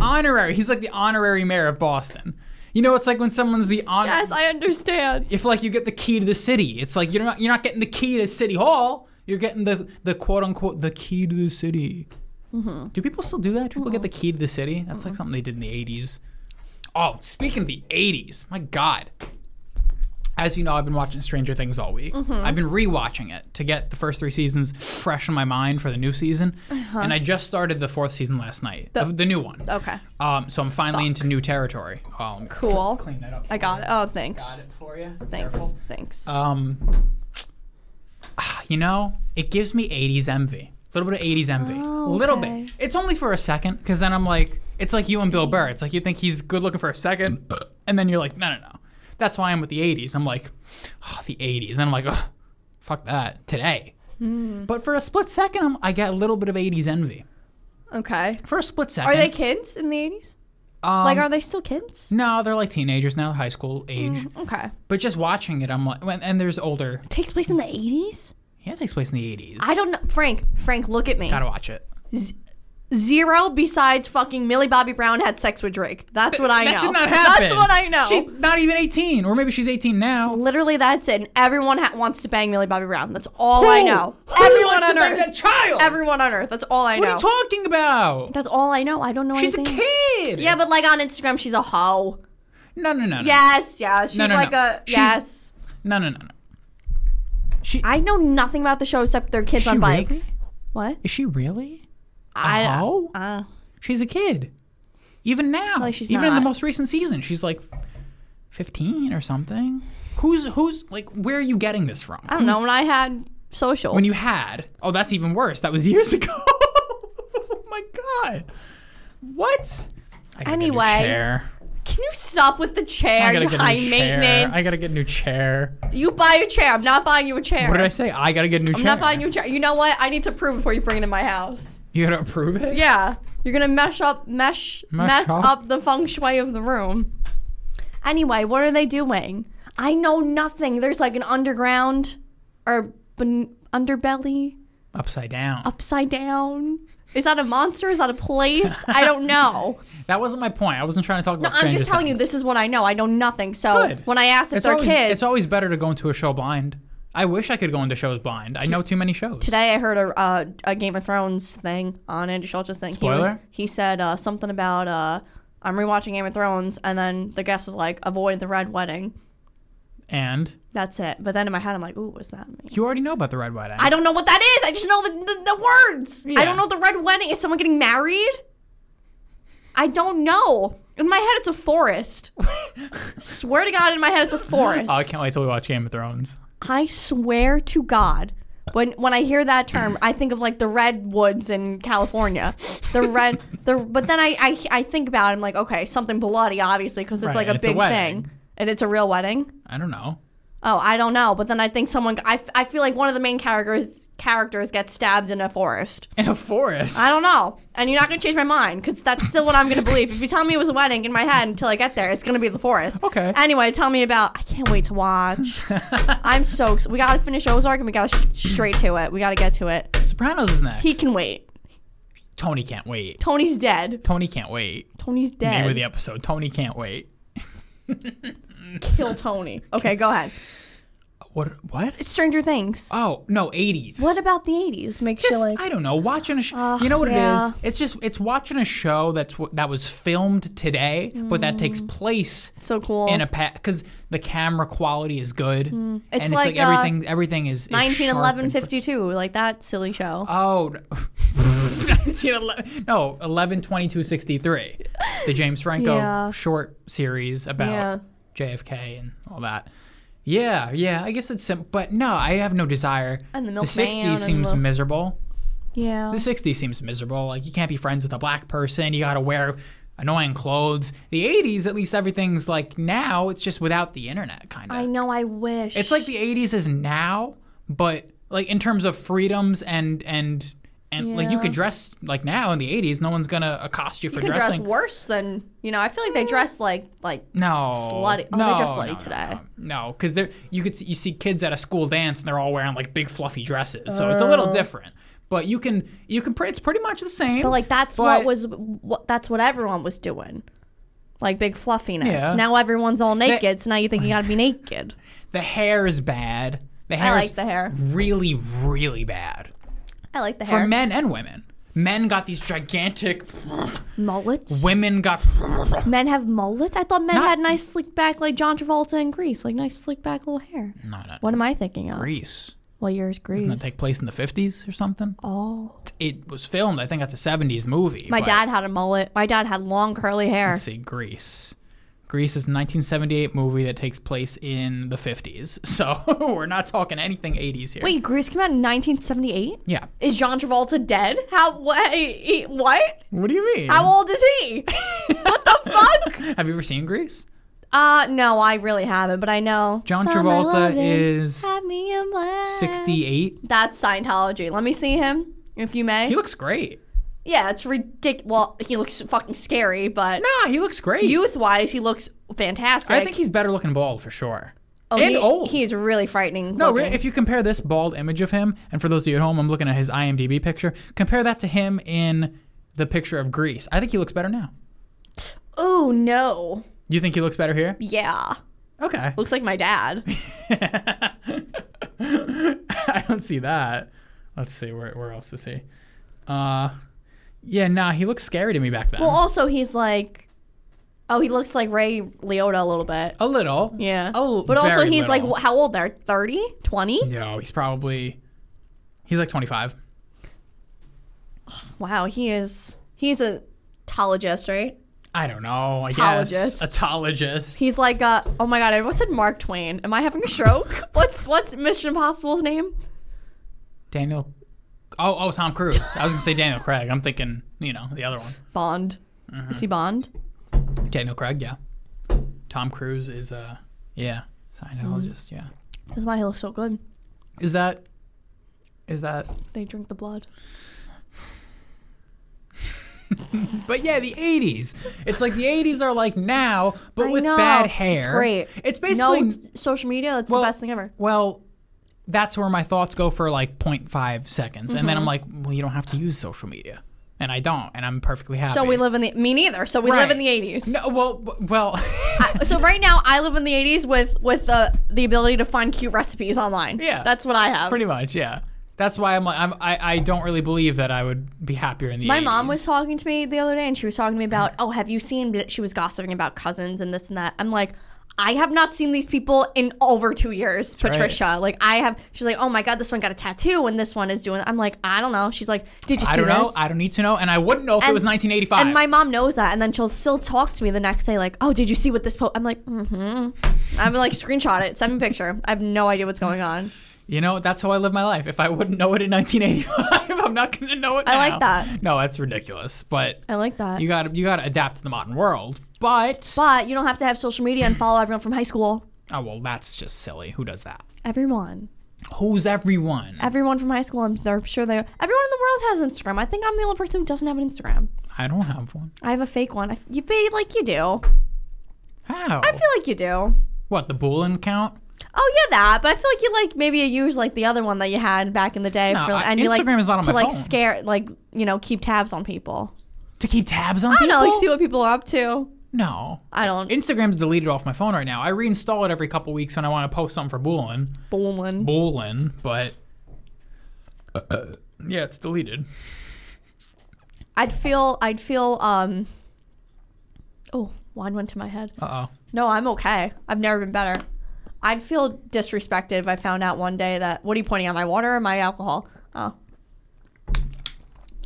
A: honorary. He's like the honorary mayor of Boston. You know, it's like when someone's the honor.
B: (laughs) yes, I understand.
A: if like you get the key to the city, it's like you're not you're not getting the key to City Hall. You're getting the the quote unquote the key to the city.
B: Mm-hmm.
A: Do people still do that? Do people get the key to the city? That's like something they did in the '80s. Oh, speaking of the '80s, my God. As you know, I've been watching Stranger Things all week.
B: Mm-hmm.
A: I've been rewatching it to get the first three seasons fresh in my mind for the new season,
B: Uh-huh.
A: and I just started the fourth season last night, the, the new one.
B: Okay,
A: Um, so I'm finally into new territory. Oh, let me
B: cool.
A: Clean that up.
B: I got it. Oh, thanks.
A: Got it for you.
B: Thanks.
A: Careful.
B: Thanks.
A: Um, ah, you know, it gives me 80s envy. A little bit of 80s envy. A
B: Oh,
A: little
B: okay.
A: bit. It's only for a second, because then I'm like, it's like you and Bill Burr. It's like you think he's good looking for a second, and then you're like, no, no, no. That's why I'm with the 80s. I'm like, oh, the 80s. And I'm like, oh, fuck that. Today.
B: Hmm.
A: But for a split second, I'm, I get a little bit of 80s envy.
B: okay.
A: For a split second.
B: Are they kids in the 80s?
A: Um,
B: like, are they still kids?
A: no, they're like teenagers now, high school age.
B: Okay.
A: But just watching it, I'm like, and and there's older.
B: Takes place in the 80s?
A: Yeah, it takes place in the 80s.
B: I don't know. Frank, Frank, look at me.
A: Gotta watch it.
B: Zero besides fucking Millie Bobby Brown had sex with Drake. That's what I know.
A: That did not happen.
B: That's what I know.
A: She's not even 18, or maybe she's 18 now.
B: Literally, that's it. And everyone ha- wants to bang Millie Bobby Brown. That's all Oh, I know.
A: Who
B: everyone
A: wants
B: on
A: to bang
B: earth.
A: that child?
B: everyone on earth. That's all I
A: what
B: know.
A: are you talking about?
B: that's all I know. I don't know
A: She's a
B: anything.
A: kid.
B: Yeah, but like on Instagram, she's a hoe.
A: No, no, no, no.
B: Yes, yes. She's
A: no,
B: like
A: no.
B: a
A: She's-
B: yes.
A: No, no, no, no.
B: I know nothing about the show except their kids
A: She
B: on
A: really?
B: bikes. What?
A: Is she really?
B: I
A: Oh?
B: uh,
A: She's a kid. Even now.
B: Well, she's
A: even in the
B: not.
A: most recent season, she's like 15 or something. Who's who's like where are you getting this from?
B: I don't know. When I had socials,
A: When you had. Oh, that's even worse. That was (laughs) years ago. oh my god. What? I gotta
B: Anyway.
A: get a new chair.
B: can you stop with the
A: I
B: chair?
A: gotta
B: You
A: get a
B: high
A: new chair.
B: maintenance.
A: I gotta get a new chair.
B: You buy a chair. I'm not buying you a chair.
A: What did I say? I gotta get a new
B: I'm
A: chair.
B: not buying you a chair. You know what? I need to prove before you bring it in my house.
A: You gotta approve it.
B: Yeah, you're gonna mesh up, mesh,
A: Mesh
B: mess
A: up?
B: up. the feng shui of the room. Anyway, what are they doing? I know nothing. There's like an underground, or ben- underbelly,
A: Upside down.
B: upside down. Is that a monster? Is that a place? I don't know.
A: That wasn't my point. I wasn't trying to talk about.
B: I'm
A: (laughs) Stranger
B: just telling
A: Things.
B: you, this is what I know. I know nothing. So
A: Good.
B: when I asked if
A: It's
B: they're
A: always,
B: kids,
A: It's always better to go into a show blind. I wish I could go into shows blind. I know too many shows.
B: Today I heard a, uh, a Game of Thrones thing on Andy Schultz's thing. He, was,
A: Spoiler?
B: he said uh, something about uh, I'm rewatching Game of Thrones, and then the guest was like, "Avoid the red wedding."
A: and
B: That's it. But then in my head, I'm like, "Ooh, what's that mean?"
A: you already know about the red wedding.
B: I don't know what that is. I just know the the, the words.
A: Yeah.
B: I don't know the red wedding. Is someone getting married? I don't know. In my head, it's
A: (laughs)
B: a forest. swear to God, in my head, it's a forest.
A: oh, I can't wait till we watch Game of Thrones.
B: I swear to God, when when I hear that term, I think of like the redwoods in California, the red, the. But then I I, I think about it. I'm like, okay, something bloody, obviously, because it's
A: Right,
B: like a
A: and it's a
B: big
A: wedding.
B: thing, and it's a real wedding.
A: I don't know.
B: Oh, I don't know. But then I think someone. I, I feel like one of the main characters characters gets stabbed in a forest.
A: In a forest.
B: I don't know, and you're not gonna change my mind because that's still what I'm gonna believe. If you tell me it was a wedding in my head until I get there, it's gonna be the forest.
A: Okay.
B: Anyway, tell me about. I can't wait to watch. I'm so. Ex- we gotta finish Ozark and we gotta sh- straight to it. We gotta get to it.
A: (laughs) Sopranos is next.
B: He can wait.
A: Tony can't wait.
B: Tony's dead.
A: Tony can't wait.
B: Tony's
A: Name of the
B: dead.
A: episode. Tony can't wait.
B: Kill Tony. Okay, go ahead.
A: What? What?
B: It's (laughs) Stranger Things.
A: Oh no, eighties.
B: What about the 80s? Make
A: just
B: sure like
A: I don't know. Watching a show,
B: Ugh,
A: you know what it
B: yeah.
A: is? It's just it's watching a show that's w- that was filmed today, but that takes
B: Mm.
A: place
B: so cool.
A: in a pat because the camera quality is good. and it's like,
B: like, uh,
A: everything everything is, is sharp
B: 1911,
A: and
B: 52, like that silly show.
A: Oh, no. 1911 no, (laughs) 11, 22, 63. The
B: (laughs)
A: James Franco
B: Yeah.
A: short series about
B: Yeah.
A: JFK and all that. Yeah, yeah, I guess it's simple, but no, I have no desire.
B: And the
A: the
B: milkman
A: 60s
B: and
A: seems
B: the-
A: miserable.
B: yeah.
A: The 60s seems miserable. Like, you can't be friends with a black person. You got to wear annoying clothes. The 80s, at least everything's like now, it's just without the internet, kind of.
B: I know. I wish.
A: It's like the 80s is now, but like in terms of freedoms and and and like you
B: Yeah.
A: could dress like now in the 80s, no one's gonna accost you for
B: you could dress
A: dressing.
B: worse than you know. I feel like they dress like like
A: no,
B: slutty- oh,
A: no,
B: they're just slutty
A: no, no,
B: today.
A: No, because they're you could see, you see kids at a school dance and they're all wearing like big fluffy dresses, so it's a little different. But you can you can pre- it's pretty much the same.
B: Oh. but like that's
A: but-
B: what was what that's what everyone was doing. Like big fluffiness.
A: Yeah.
B: Now everyone's all naked, so now you think you gotta be naked.
A: the hair is bad. The hair
B: I
A: is
B: like the hair.
A: really really bad
B: I like the
A: for
B: hair.
A: men and women. Men got these gigantic.
B: Mullets.
A: Women got
B: Men have mullets. I thought men
A: Not-
B: had nice slick back like John Travolta in Grease, like nice slick back little hair.
A: no no.
B: What am I thinking of?
A: Mm. Greece.
B: Well, yours Grease.
A: Didn't that take place in the 50s or something?
B: oh,
A: It was filmed, I think that's a 70s movie.
B: my
A: but-
B: dad had a mullet. My dad had long curly hair.
A: Let's see, Greece. Greece is a 1978 movie that takes place in the 50s. (laughs) So we're not talking anything 80s here.
B: Wait, Grease came out in 1978.
A: Yeah.
B: Is John Travolta dead? How? What? he- he- what?
A: What do you mean?
B: How old is
A: (laughs)
B: he? what the fuck?
A: Have you ever seen Greece?
B: Uh, no, I really haven't, but I know.
A: John
B: Summer
A: Travolta
B: loving
A: is
B: had me in black.
A: 68.
B: That's Scientology. Let me see him, if you may.
A: He looks great.
B: yeah, it's ridiculous. Well, he looks fucking scary, but
A: Nah, he looks great.
B: youth wise, he looks fantastic.
A: I think he's better looking bald for sure.
B: oh,
A: and
B: he,
A: old.
B: He is really frightening.
A: No,
B: looking.
A: re- if you compare this bald image of him, and for those of you at home, I'm looking at his IMDb picture. Compare that to him in the picture of Greece. I think he looks better now.
B: Oh no.
A: You think he looks better here?
B: Yeah.
A: Okay. (laughs)
B: Looks like my dad.
A: I don't see that. Let's see where where else is he? Uh, yeah, nah, he looks scary to me back then.
B: Well, also he's like Oh, he looks like Ray Liotta a little bit.
A: A little.
B: Yeah.
A: Oh,
B: but also
A: very
B: he's like
A: little.
B: wh- how old there? 30? 20?
A: No, he's probably he's like 25.
B: Wow, he is he's a tologist, right?
A: I don't know. I guess
B: Tologist.
A: a tologist.
B: He's like uh oh my god, I almost said Mark Twain. Am I having
A: (laughs)
B: a stroke? what's what's Mission Impossible's name?
A: Daniel. Oh, oh, Tom Cruise. I was gonna say Daniel Craig. I'm thinking, you know, the other one.
B: Bond.
A: Mm-hmm.
B: Is he Bond?
A: Daniel Craig. Yeah. Tom Cruise is uh, yeah, Scientologist. Yeah.
B: That's why he looks so good.
A: Mm-hmm. Is that? Is that?
B: They drink the blood.
A: But yeah, the '80s. It's like the (laughs) '80s are like now, but
B: I
A: with
B: know.
A: bad
B: It's
A: hair.
B: great.
A: It's basically
B: no t- social media, it's
A: well,
B: the best thing ever.
A: Well, that's where my thoughts go for like 0.5 seconds, and then I'm
B: Mm-hmm.
A: like, well, you don't have to use social media, and I don't, and I'm perfectly happy.
B: So we live in the me neither. So we live
A: Right.
B: in the 80s.
A: No, well, b- well,
B: so right now I live in the 80s with with the the ability to find cute recipes online.
A: Yeah.
B: that's what I have.
A: pretty much, yeah. That's why I'm like, I'm, I, I don't really believe that I would be happier in the.
B: My
A: 80s.
B: mom was talking to me the other day, and she was talking to me about, oh, have you seen? that She was gossiping about cousins and this and that. I'm like. I have not seen these people in over two years,
A: right.
B: Patricia. Like I have, she's like, "Oh my god, this one got a tattoo, and this one is doing." I'm like, "I don't know." She's like, "Did you
A: I
B: see
A: don't know.
B: this?"
A: I don't need to know, and I wouldn't know if it was 1985.
B: And my mom knows that, and then she'll still talk to me the next day, like, "Oh, did you see what this?" Po-? I'm like, "Mm-hmm." I'm like, "Screenshot it, send me a picture." I have no idea what's going on.
A: you know, that's how I live my life. If I wouldn't know it in 1985, (laughs) I'm not going to know it.
B: I like
A: now.
B: that.
A: No, that's ridiculous. But
B: I like that.
A: you got you got to adapt to the modern world. But,
B: But you don't have to have social media and follow everyone from high school.
A: oh well, that's just silly. Who does that?
B: Everyone.
A: Who's everyone?
B: Everyone from high school, I'm they're sure they everyone in the world has Instagram. I think I'm the only person who doesn't have an Instagram.
A: I don't have one.
B: I have a fake one. I f you feel like you do.
A: How?
B: I feel like you do.
A: what the Boolean account?
B: Oh yeah, that. But I feel like you like maybe you use like the other one that you had back in the day.
A: No, I-
B: and you, like,
A: Instagram is not on
B: to
A: my
B: like
A: phone.
B: scare like you know keep tabs on people.
A: To keep tabs on
B: I
A: people?
B: don't know, like see what people are up to.
A: no.
B: I don't.
A: Instagram's deleted off my phone right now. I reinstall it every couple weeks when I want to post something for Boolean.
B: Bowman.
A: Boolean, but Uh, yeah, it's deleted.
B: I'd feel. I'd feel. Um. Oh, wine went to my head.
A: Uh oh.
B: No, I'm okay. I've never been better. I'd feel disrespected if I found out one day that what are you pointing at my water or my alcohol? Oh,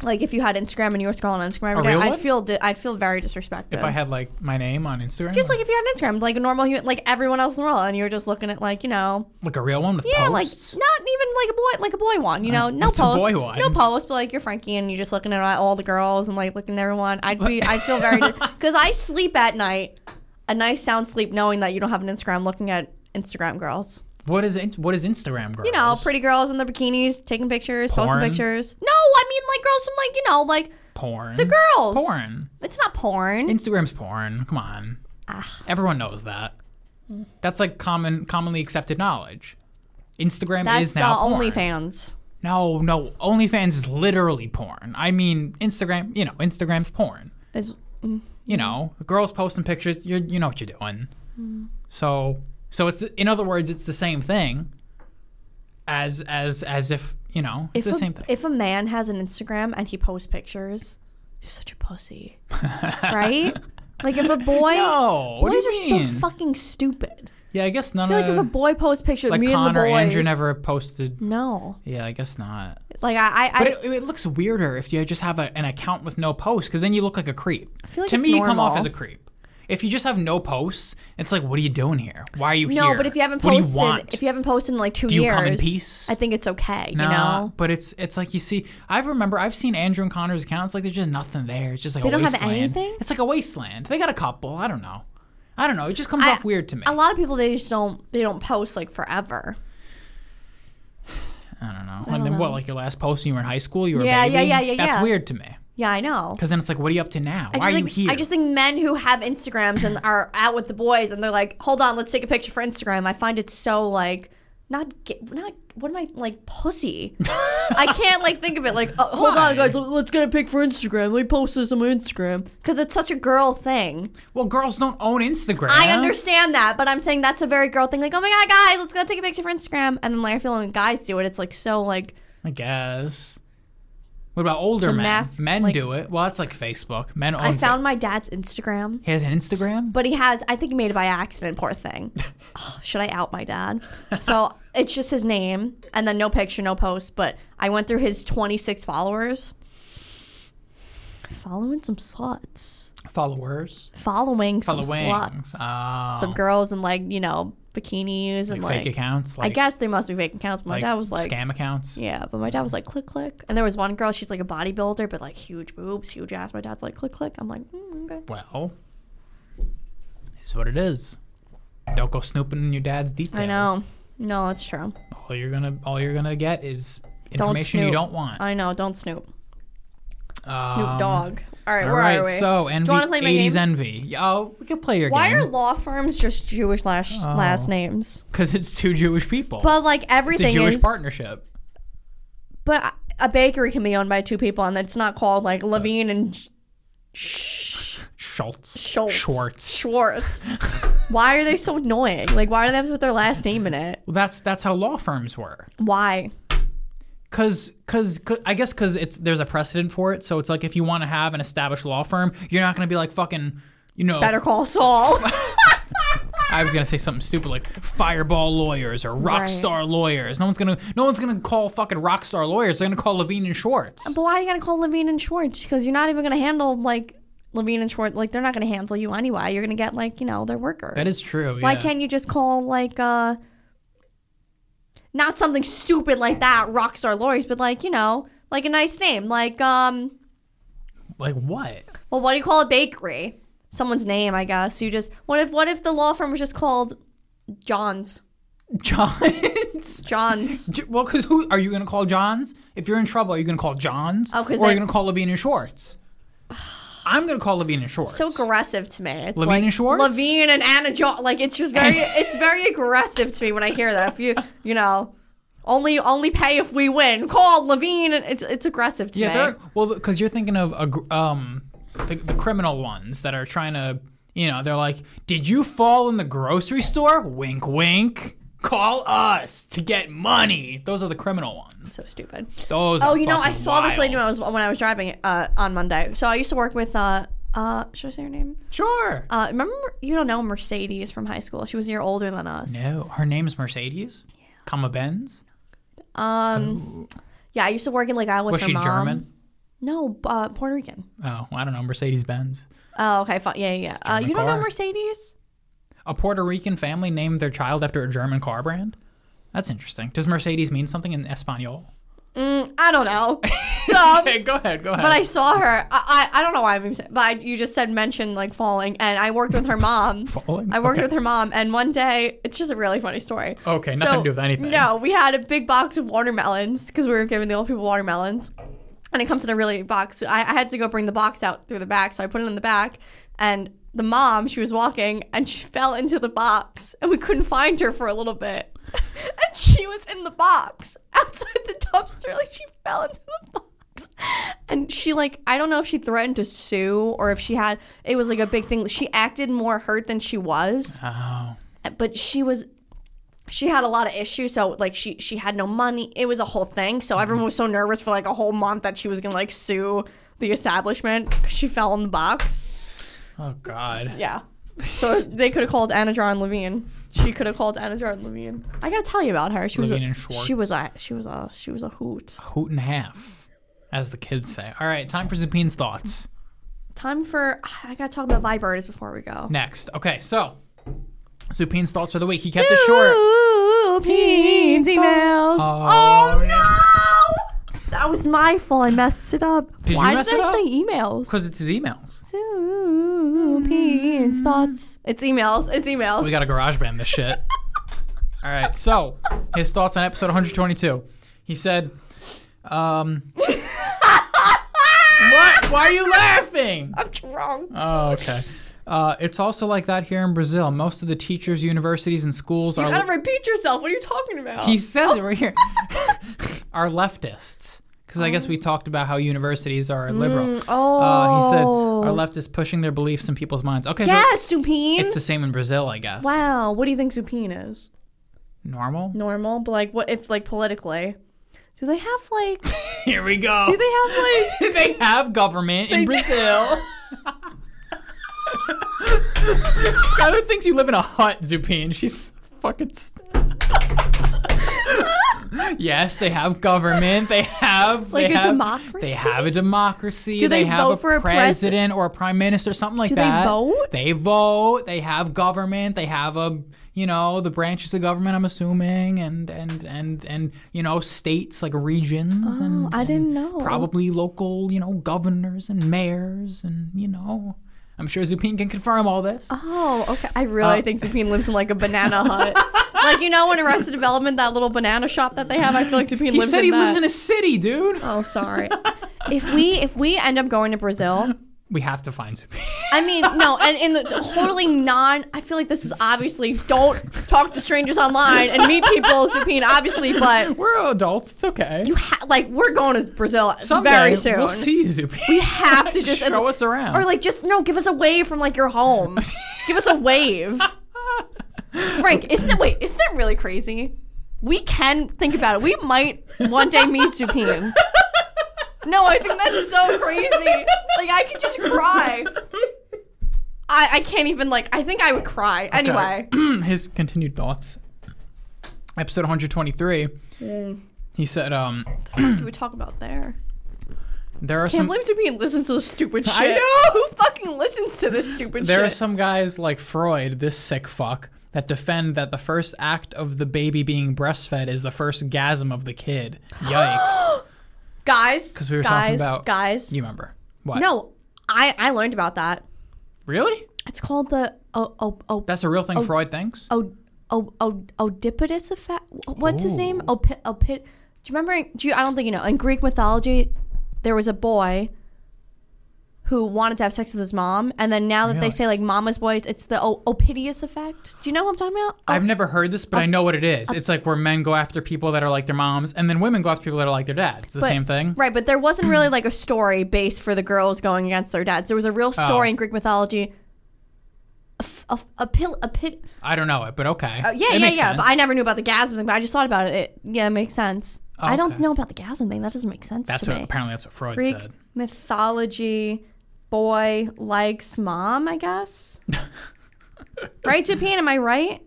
B: like if you had Instagram and you were scrolling on Instagram every
A: A
B: day,
A: real
B: I'd
A: one?
B: feel di- I'd feel very disrespected.
A: If I had like my name on Instagram,
B: just like if you had an Instagram, like a normal human, like everyone else in the world, and you were just looking at like you know,
A: like a real one with
B: yeah,
A: posts. Uh,
B: like not even like a boy, like a boy one, you know, no
A: what's a
B: post,
A: boy one?
B: no post, but like you're Frankie and you're just looking at all the girls and like looking at everyone. I'd be, I'd feel
A: (laughs)
B: very, because I sleep at night, a nice sound sleep, knowing that you don't have an Instagram, looking at Instagram girls,
A: what is in- what is Instagram girls?
B: you know, pretty girls in their bikinis taking pictures,
A: Porn?
B: posting pictures. No, I mean like girls from like you know like
A: porn.
B: the girls.
A: Porn.
B: It's not porn.
A: Instagram's porn. Come on.
B: Ah.
A: Everyone knows that. That's like common commonly accepted knowledge. Instagram
B: That's
A: is
B: uh,
A: now porn.
B: OnlyFans.
A: No, no. OnlyFans is literally porn. I mean, Instagram, you know, Instagram's porn.
B: It's
A: You know, girls posting pictures, you you know what you're doing.
B: Mm-hmm.
A: So, so it's in other words, it's the same thing as as as if, you know, it's
B: if
A: the
B: a,
A: same thing.
B: If a man has an Instagram and he posts pictures, he's such
A: (laughs)
B: a pussy, right? Like if a boy,
A: No, what do
B: boys
A: you
B: are
A: mean?
B: so fucking stupid.
A: yeah, I guess none
B: I feel
A: of
B: like if a boy posts pictures,
A: like
B: me and
A: Connor
B: the boys,
A: Andrew never posted.
B: no,
A: Yeah, I guess not.
B: like I, I, I
A: But it, it looks weirder if you just have a, an account with no posts, because then you look like a creep.
B: feel like
A: to
B: it's
A: me, you come off
B: normal.
A: as a creep. If you just have no posts, it's like, what are you doing here? Why are you
B: no,
A: here?
B: but if you haven't
A: what
B: posted,
A: do you want?
B: if you haven't posted in like two
A: you
B: years,
A: come in peace?
B: I think it's okay. you
A: Nah,
B: know,
A: but it's it's like you see. I remember I've seen Andrew and Connor's accounts. Like there's just nothing there. It's just like
B: They
A: a
B: don't have
A: wasteland.
B: anything?
A: It's like a wasteland. They got a couple. I don't know. I don't know. It just comes
B: I-
A: off weird to me.
B: a lot of people they just don't they don't post like forever.
A: I don't know. and then what? Like your last post when you were in high school? You were
B: Yeah,
A: a
B: yeah,
A: baby?
B: yeah, yeah,
A: That's
B: yeah.
A: weird to me.
B: Yeah, I know.
A: Because then it's like, what are you up to now?
B: I
A: Why are
B: just
A: you
B: think,
A: here?
B: I just think men who have Instagrams and are out with the boys and they're like, hold on, let's take a picture for Instagram. I find it so like not get, not what am I like
A: (laughs)
B: pussy? I can't like think of it like uh, hold
A: Why?
B: on guys, let- let's get a pic for Instagram. Let me post this on my Instagram because it's such a girl thing.
A: well, girls don't own Instagram.
B: I understand that, but I'm saying that's a very girl thing. Like oh my god, guys, let's go take a picture for Instagram. And then like I feel like when guys do it, it's like so like
A: I guess. What about older
B: To
A: men?
B: mask,
A: men
B: like-
A: do it. Well, that's like Facebook. Men. Own
B: I found my dad's Instagram,
A: He has an Instagram.
B: but he has, I think he made it by accident,
A: (laughs)
B: poor thing. Oh, should I out my dad? So it's just his name and then no picture, no post. But I went through his 26 followers. Following some sluts.
A: Followers.
B: Following some
A: Followings.
B: sluts.
A: Oh.
B: Some girls in like, you know, bikinis
A: Like,
B: and like.
A: fake accounts.
B: I
A: Like,
B: guess they must be fake accounts. but My
A: like
B: dad was like.
A: scam accounts.
B: Yeah, but my dad was like, click, click. And there was one girl, she's like a bodybuilder, but like huge boobs, huge ass. My dad's like, click, click. I'm like, mm, okay.
A: Well, it's what it is. Don't go snooping in your dad's details.
B: I know. No, that's true.
A: All you're gonna all you're gonna get is
B: Don't
A: information you
B: snoop.
A: don't want.
B: I know. Don't snoop. Snoop
A: Um,
B: Dog. All right,
A: All
B: where
A: right.
B: are we?
A: So
B: Do you
A: envy.
B: want to play my
A: 80s
B: game?
A: envy. Yeah, Oh, we can play your
B: Why are
A: game
B: law firms just Jewish last, last names?
A: because it's two Jewish people.
B: But like
A: Oh. it's a
B: everything
A: Jewish
B: is.
A: partnership.
B: But a bakery can be owned by two people, and it's not called like Levine and Sh- Sh-
A: Schultz.
B: Schultz.
A: Schwartz. (laughs)
B: Schwartz. why are they so annoying? Like, why do they have to put their last name in it?
A: Well, that's that's how law firms were.
B: Why?
A: Cause, cause, 'cause- I guess, cause it's there's a precedent for it. So it's like if you want to have an established law firm, you're not gonna be like fucking, you know,
B: Better
A: (laughs)
B: call Saul.
A: I was gonna say something stupid like Fireball lawyers or Rockstar lawyers. No one's gonna, no one's gonna call fucking Rockstar lawyers. They're gonna call Levine and Schwartz.
B: But why are you gonna call Levine and Schwartz? Because you're not even gonna handle like Levine and Schwartz. Like they're not gonna handle you anyway. You're gonna get like you know their workers.
A: that is true.
B: Why
A: yeah.
B: can't you just call like uh, not something stupid like that? Rockstar lawyers, but like you know, like a nice name, like um,
A: like what?
B: well, what do you call a bakery? Someone's name, I guess. You just what if what if the law firm was just called John's?
A: Johns. (laughs)
B: John's.
A: J- well, cause who are you gonna call Johns? If you're in trouble, are you gonna call Johns?
B: Oh, 'cause
A: or are
B: they-
A: you gonna call Levine and Schwartz? (sighs) I'm gonna call Levine and Schwartz.
B: So aggressive to me. It's
A: Levine
B: like
A: and Schwartz?
B: Levine and Anna John. Like it's just
A: (laughs)
B: very, it's very aggressive to me when I hear that. If you, you know, only only pay if we win. Call Levine and it's it's aggressive to
A: Yeah,
B: me.
A: they're, well, because you're thinking of a gr- um, the, the criminal ones that are trying to, you know, they're like, "Did you fall in the grocery store?" Wink, wink. Call us to get money. Those are the criminal ones.
B: so stupid.
A: Those.
B: Oh,
A: are
B: you know, I
A: fucking
B: saw this lady when
A: wild.
B: I was when I was driving uh, on Monday. So I used to work with uh uh should I say her name?
A: Sure.
B: Uh, remember you don't know Mercedes from high school. She was a year older than us.
A: no, her name's Mercedes. Comma Benz.
B: Um, yeah, I used to work in like I with
A: Was
B: her
A: she
B: mom.
A: German?
B: No, uh, Puerto Rican.
A: Oh, I don't know. Mercedes Benz.
B: Oh, okay, fine. Yeah, yeah. yeah. Uh,
A: German
B: you don't know
A: car.
B: Mercedes?
A: A Puerto Rican family named their child after a German car brand. That's interesting. Does Mercedes mean something in Espanol?
B: Mm, I don't know. (laughs) Um,
A: Hey, go ahead. Go ahead.
B: but I saw her. I, I, I don't know why I'm even saying, but I, you just said mentioned like falling, and I worked with her
A: (laughs)
B: mom.
A: Falling?
B: I worked
A: Okay.
B: with her mom, and one day it's just a really funny story.
A: Okay, nothing to do with anything.
B: No, we had a big box of watermelons because we were giving the old people watermelons, and it comes in a really big box. So I, I had to go bring the box out through the back, so I put it in the back, and the mom she was walking and she (laughs) fell into the box, and we couldn't find her for a little bit. (laughs) And she was in the box (laughs) outside the dumpster. Like she fell into the box. And she like I don't know if she threatened to sue or if she had it was like a big thing. She acted more hurt than she was,
A: oh.
B: but she was she had a lot of issues so like she she had no money. It was a whole thing.
A: Mm-hmm.
B: So everyone was so nervous for like a whole month that she was going to like sue the establishment cuz she fell in the box.
A: Oh God.
B: Yeah. So they could have called Anadron Levine. She could have called Anadron Levine. I gotta tell you about her. She was
A: Levine
B: a,
A: and Schwartz.
B: she was a she was a she was a hoot.
A: hoot and half, as the kids say. All right, time for Zupine's thoughts.
B: Time for I gotta talk about vibrators before we go.
A: Next. Okay, so Zupine's thoughts for the week. He kept it short.
B: Pins emails.
A: Oh,
B: Oh,
A: yeah.
B: no! That was my fault. I messed it up.
A: Did you
B: Why
A: mess
B: did
A: it
B: I
A: up?
B: say emails?
A: Because it's his emails.
B: Two pins thoughts. It's emails. It's emails.
A: We got a garage band this shit. All right, so his thoughts on episode 122. He said, um, What? Why are you laughing?
B: I'm drunk.
A: Oh, okay. Uh, it's also like that here in Brazil. Most of the teachers, universities, and schools
B: You
A: are.
B: gotta repeat yourself. What are you talking about?
A: He says
B: Oh.
A: it right here. (laughs) are leftists. Because I guess we talked about how universities are liberal.
B: oh.
A: Uh, he said, are leftists pushing their beliefs in people's minds? Okay, so
B: Yes, supine.
A: it's the same in Brazil, I guess.
B: wow, what do you think supine is?
A: Normal?
B: Normal, but like, what if like politically? Do they have like?
A: (laughs) Here we go.
B: Do they
A: (laughs)
B: have like?
A: they have government in Brazil. Skylar thinks you live in a hut, Zupin. She's fucking. St- yes, they have government. They have
B: Like
A: they
B: a
A: have,
B: democracy?
A: They have a democracy.
B: Do they
A: have
B: vote for a pres-
A: president or a prime minister, something like
B: Do they
A: that.
B: vote?
A: They vote. They have government. They have a you know the branches of government. I'm assuming and and and and you know states like regions and
B: (laughs) I didn't know.
A: probably local, you know, governors and mayors, and you know, I'm sure Zupin can confirm all this.
B: Oh, okay. I really
A: Um,
B: think Zupin lives
A: (laughs)
B: in like a banana hut. like you know, in Arrested Development, that little banana shop that they have. I feel like
A: he
B: Zupin lives.
A: said
B: in
A: he
B: that.
A: lives in a city, dude.
B: Oh, sorry. if we if we end up going to Brazil,
A: We have to find Zupin. (laughs)
B: I mean, no, and in the totally non. I feel like this is obviously don't talk to strangers online and meet people, Zupin, obviously, but
A: We're adults. It's okay.
B: you ha- like we're going to Brazil
A: Someday
B: very soon.
A: We'll see you, Zupin.
B: We have to just
A: (laughs) show us around.
B: or like just no, give us a wave from like your home. give us
A: (laughs)
B: a wave. Frank, isn't it wait, isn't that really crazy? We can think about it. We might one day meet Zupin. No, I think that's so crazy. Like I could just cry. I, I can't even like I think I would cry. Anyway.
A: (clears throat) his continued thoughts. Episode 123.
B: Mm.
A: He said, um,
B: What do we talk about there?
A: there are
B: Can't
A: some
B: believe Zupin listens to this stupid
A: I
B: shit.
A: know!
B: Who fucking listens to this stupid
A: There are
B: shit?
A: some guys like Freud, this sick fuck, that defend that the first act of the baby being breastfed is the first gasm of the
B: (gasps)
A: kid. Yikes.
B: guys,
A: 'Cause we were talking
B: guys,
A: about-
B: guys.
A: you remember. What?
B: No, I I learned about that.
A: Really?
B: It's called the oh, o o o
A: That's a real
B: Oh.
A: thing Freud thinks?
B: o o o Oedipus effect. What's his name?
A: Ooh.
B: Opi- Opi- Do you remember? Do you, I don't think you know. In Greek mythology, there was a boy who wanted to have sex with his mom, and then now that
A: Really?
B: they say like mama's boys, it's the o- Oedipus effect. Do you know what I'm talking about? Oh,
A: I've never heard this, but I know what it is. It's like where men go after people that are like their moms, and then women go after people that are like their dads. It's the
B: But-
A: same thing.
B: Right, but there wasn't really like a story base for the girls going against their dads. There was a real story
A: Oh.
B: in Greek mythology. A, f- a, f- a pill, a pit.
A: I don't know it, but okay.
B: Uh, yeah,
A: It
B: yeah,
A: makes
B: yeah. But I
A: sense.
B: never knew about the gasm thing. But I just thought about it. it yeah, it makes sense. I don't
A: Oh, okay.
B: know about the gasm thing. That doesn't make sense
A: That's
B: to
A: what
B: me.
A: apparently that's what Freud
B: Greek
A: said.
B: mythology, boy likes mom. I guess.
A: (laughs)
B: right, Japan. Am I right?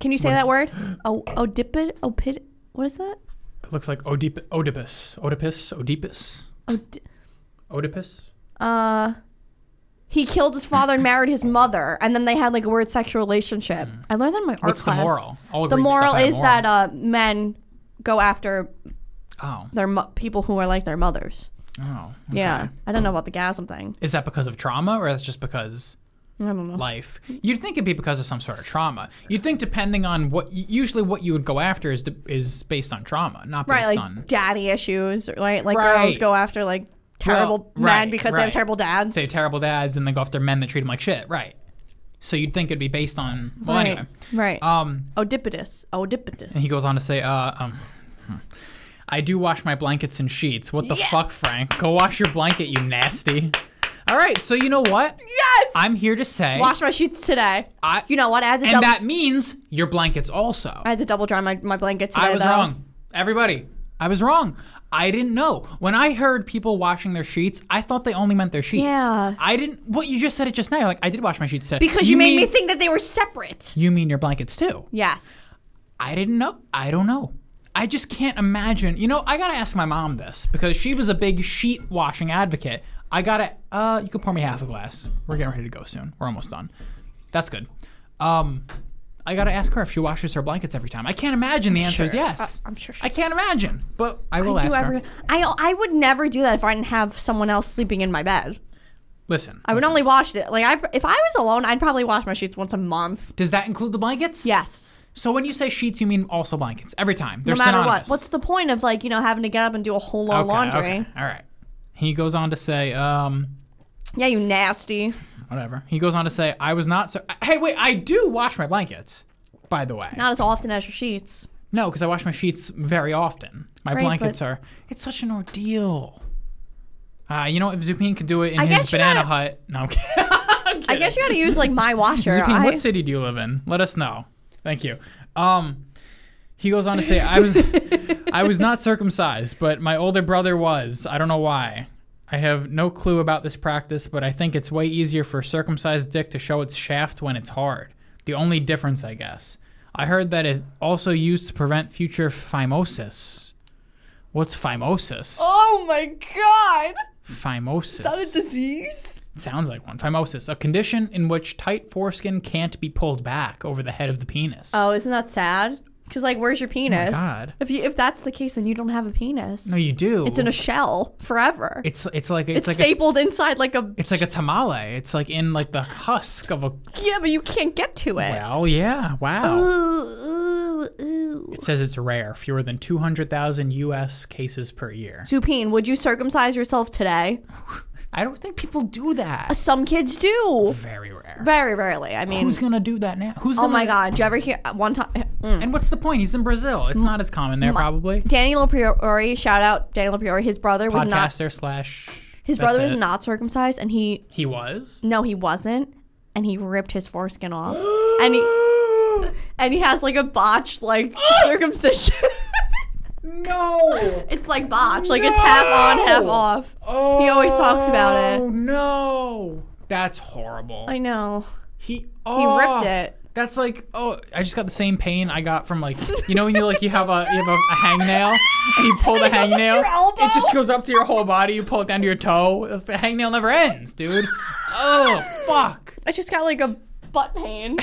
B: Can you say that word? O- Oedipid. Oedipid. What is that?
A: It looks like Oedip- Oedipus, Oedipus, Oedipus,
B: Oedi-
A: Oedipus.
B: uh he killed his father and married his mother and then they had like a weird sexual relationship i learned that in my art
A: Mm. What's the
B: class
A: moral? All
B: the
A: Greek stuff
B: moral
A: had a
B: is
A: moral.
B: that uh men go after
A: oh,
B: their mo- people who are like their mothers
A: oh,
B: yeah i don't know about the gasm thing
A: Is that because of trauma or that's just because
B: i don't know
A: life? You'd think it'd be because of some sort of trauma. You'd think depending on what usually what you would go after is is based on trauma, not based
B: right like
A: on
B: daddy issues right like girls
A: Right.
B: go after like terrible
A: Well,
B: men
A: right,
B: because they have
A: right.
B: terrible dads
A: they have terrible dads and they go after men that treat them like shit, right? So you'd think it'd be based on well
B: right
A: anyway.
B: right
A: Um,
B: oedipus oedipus
A: he goes on to say, uh, um. hmm. I do wash my blankets and sheets. What the
B: Yeah.
A: fuck, Frank? Go wash your blanket, you nasty. All right, so you know what?
B: yes
A: I'm here to say
B: wash my sheets today
A: I-
B: you know what i had to
A: and
B: double
A: that means your blankets also.
B: i had to double dry my, my blanket today
A: I was
B: though.
A: wrong. Everybody, I was wrong. I didn't know. When I heard people washing their sheets, I thought they only meant their sheets.
B: Yeah.
A: I didn't. What you just said it just now. You're like I did wash my sheets today.
B: Because you, made
A: mean-
B: me think that they were separate.
A: You mean your blankets too?
B: Yes.
A: I didn't know. I don't know. I just can't imagine. You know, I gotta ask my mom this because she was a big sheet washing advocate. I gotta. Uh, you can pour me half a glass. We're getting ready to go soon. We're almost done. That's good. Um, I gotta ask her if she washes her blankets every time. I can't imagine the answer is
B: sure-
A: yes.
B: I- I'm sure she
A: I can't imagine, but I will
B: do
A: ask
B: every,
A: her.
B: I I would never do that if I didn't have someone else sleeping in my bed.
A: Listen,
B: I would
A: listen.
B: only wash it like I if I was alone, I'd probably wash my sheets once a month.
A: Does that include the blankets?
B: Yes.
A: So when you say sheets, you mean also blankets every time. They're
B: No matter
A: synonymous.
B: what. What's the point of like, you know, having to get up and do a whole lot of
A: Okay,
B: laundry?
A: okay, All right. He goes on to say, um,
B: Yeah, you nasty.
A: whatever. He goes on to say, I was not so. Hey, wait, I do wash my blankets, by the way.
B: Not as often as your sheets.
A: No, because I wash my sheets very often. My
B: Right,
A: blankets
B: but-
A: are. It's such an ordeal. Uh, you know, if Zupin could do it in
B: I
A: his
B: guess you
A: banana
B: gotta-
A: hut. No, I'm kidding.
B: I guess you
A: (laughs)
B: gotta use like my washer.
A: Zupin,
B: I,
A: what city do you live in? Let us know. Thank you. Um, He goes on to say, I
B: (laughs)
A: was, I was not circumcised, but my older brother was. I don't know why. I have no clue about this practice, but I think it's way easier for a circumcised dick to show its shaft when it's hard. The only difference, I guess. I heard that it also used to prevent future phimosis. What's phimosis?
B: Oh my god!
A: Phimosis.
B: disease?
A: Sounds like one. Phimosis, a condition in which tight foreskin can't be pulled back over the head of the penis.
B: Oh, isn't that sad? Because like, where's your penis?
A: Oh God.
B: If you if that's the case, then you don't have a penis.
A: no, you do.
B: it's in a shell forever.
A: It's it's like it's,
B: It's,
A: like a,
B: stapled inside like a.
A: it's like a tamale. It's like in like the husk of a.
B: yeah, but you can't get to it.
A: Well, yeah. Wow.
B: uh, Ooh, ooh, ooh.
A: It says it's rare, fewer than 200,000 U.S. cases per year.
B: Zupine, would you circumcise yourself today?
A: I don't think people do that.
B: Some kids do.
A: Very rare.
B: Very rarely. I mean,
A: Who's gonna do that now? Who's
B: oh
A: gonna?
B: my god, do you ever hear uh, one time?
A: And what's the point? He's in Brazil. It's not as common there, probably.
B: Danny LaPriori, shout out Danny LaPriori. His brother was not.
A: Podcaster slash.
B: His
A: that's
B: brother was
A: it.
B: not circumcised, and he
A: He
B: (gasps)
A: was.
B: no, he wasn't, and he ripped his foreskin off, (gasps)
A: (laughs)
B: and he and he has like a botched (gasps) like circumcision. (laughs)
A: no.
B: it's like botched, like it's half on, half
A: No!
B: off.
A: Oh.
B: (laughs) He always talks about it.
A: Oh no. That's horrible.
B: I know.
A: He
B: He
A: oh,
B: ripped it.
A: That's like oh, I just got the same pain I got from like you know when you like you have a you have a, a hangnail and you pull the
B: (laughs) It goes up to
A: hangnail,
B: your elbow?
A: it just goes up to your whole body. You pull it down to your toe. That's, the hangnail never ends, dude. oh fuck.
B: I just got like a butt (laughs) pain.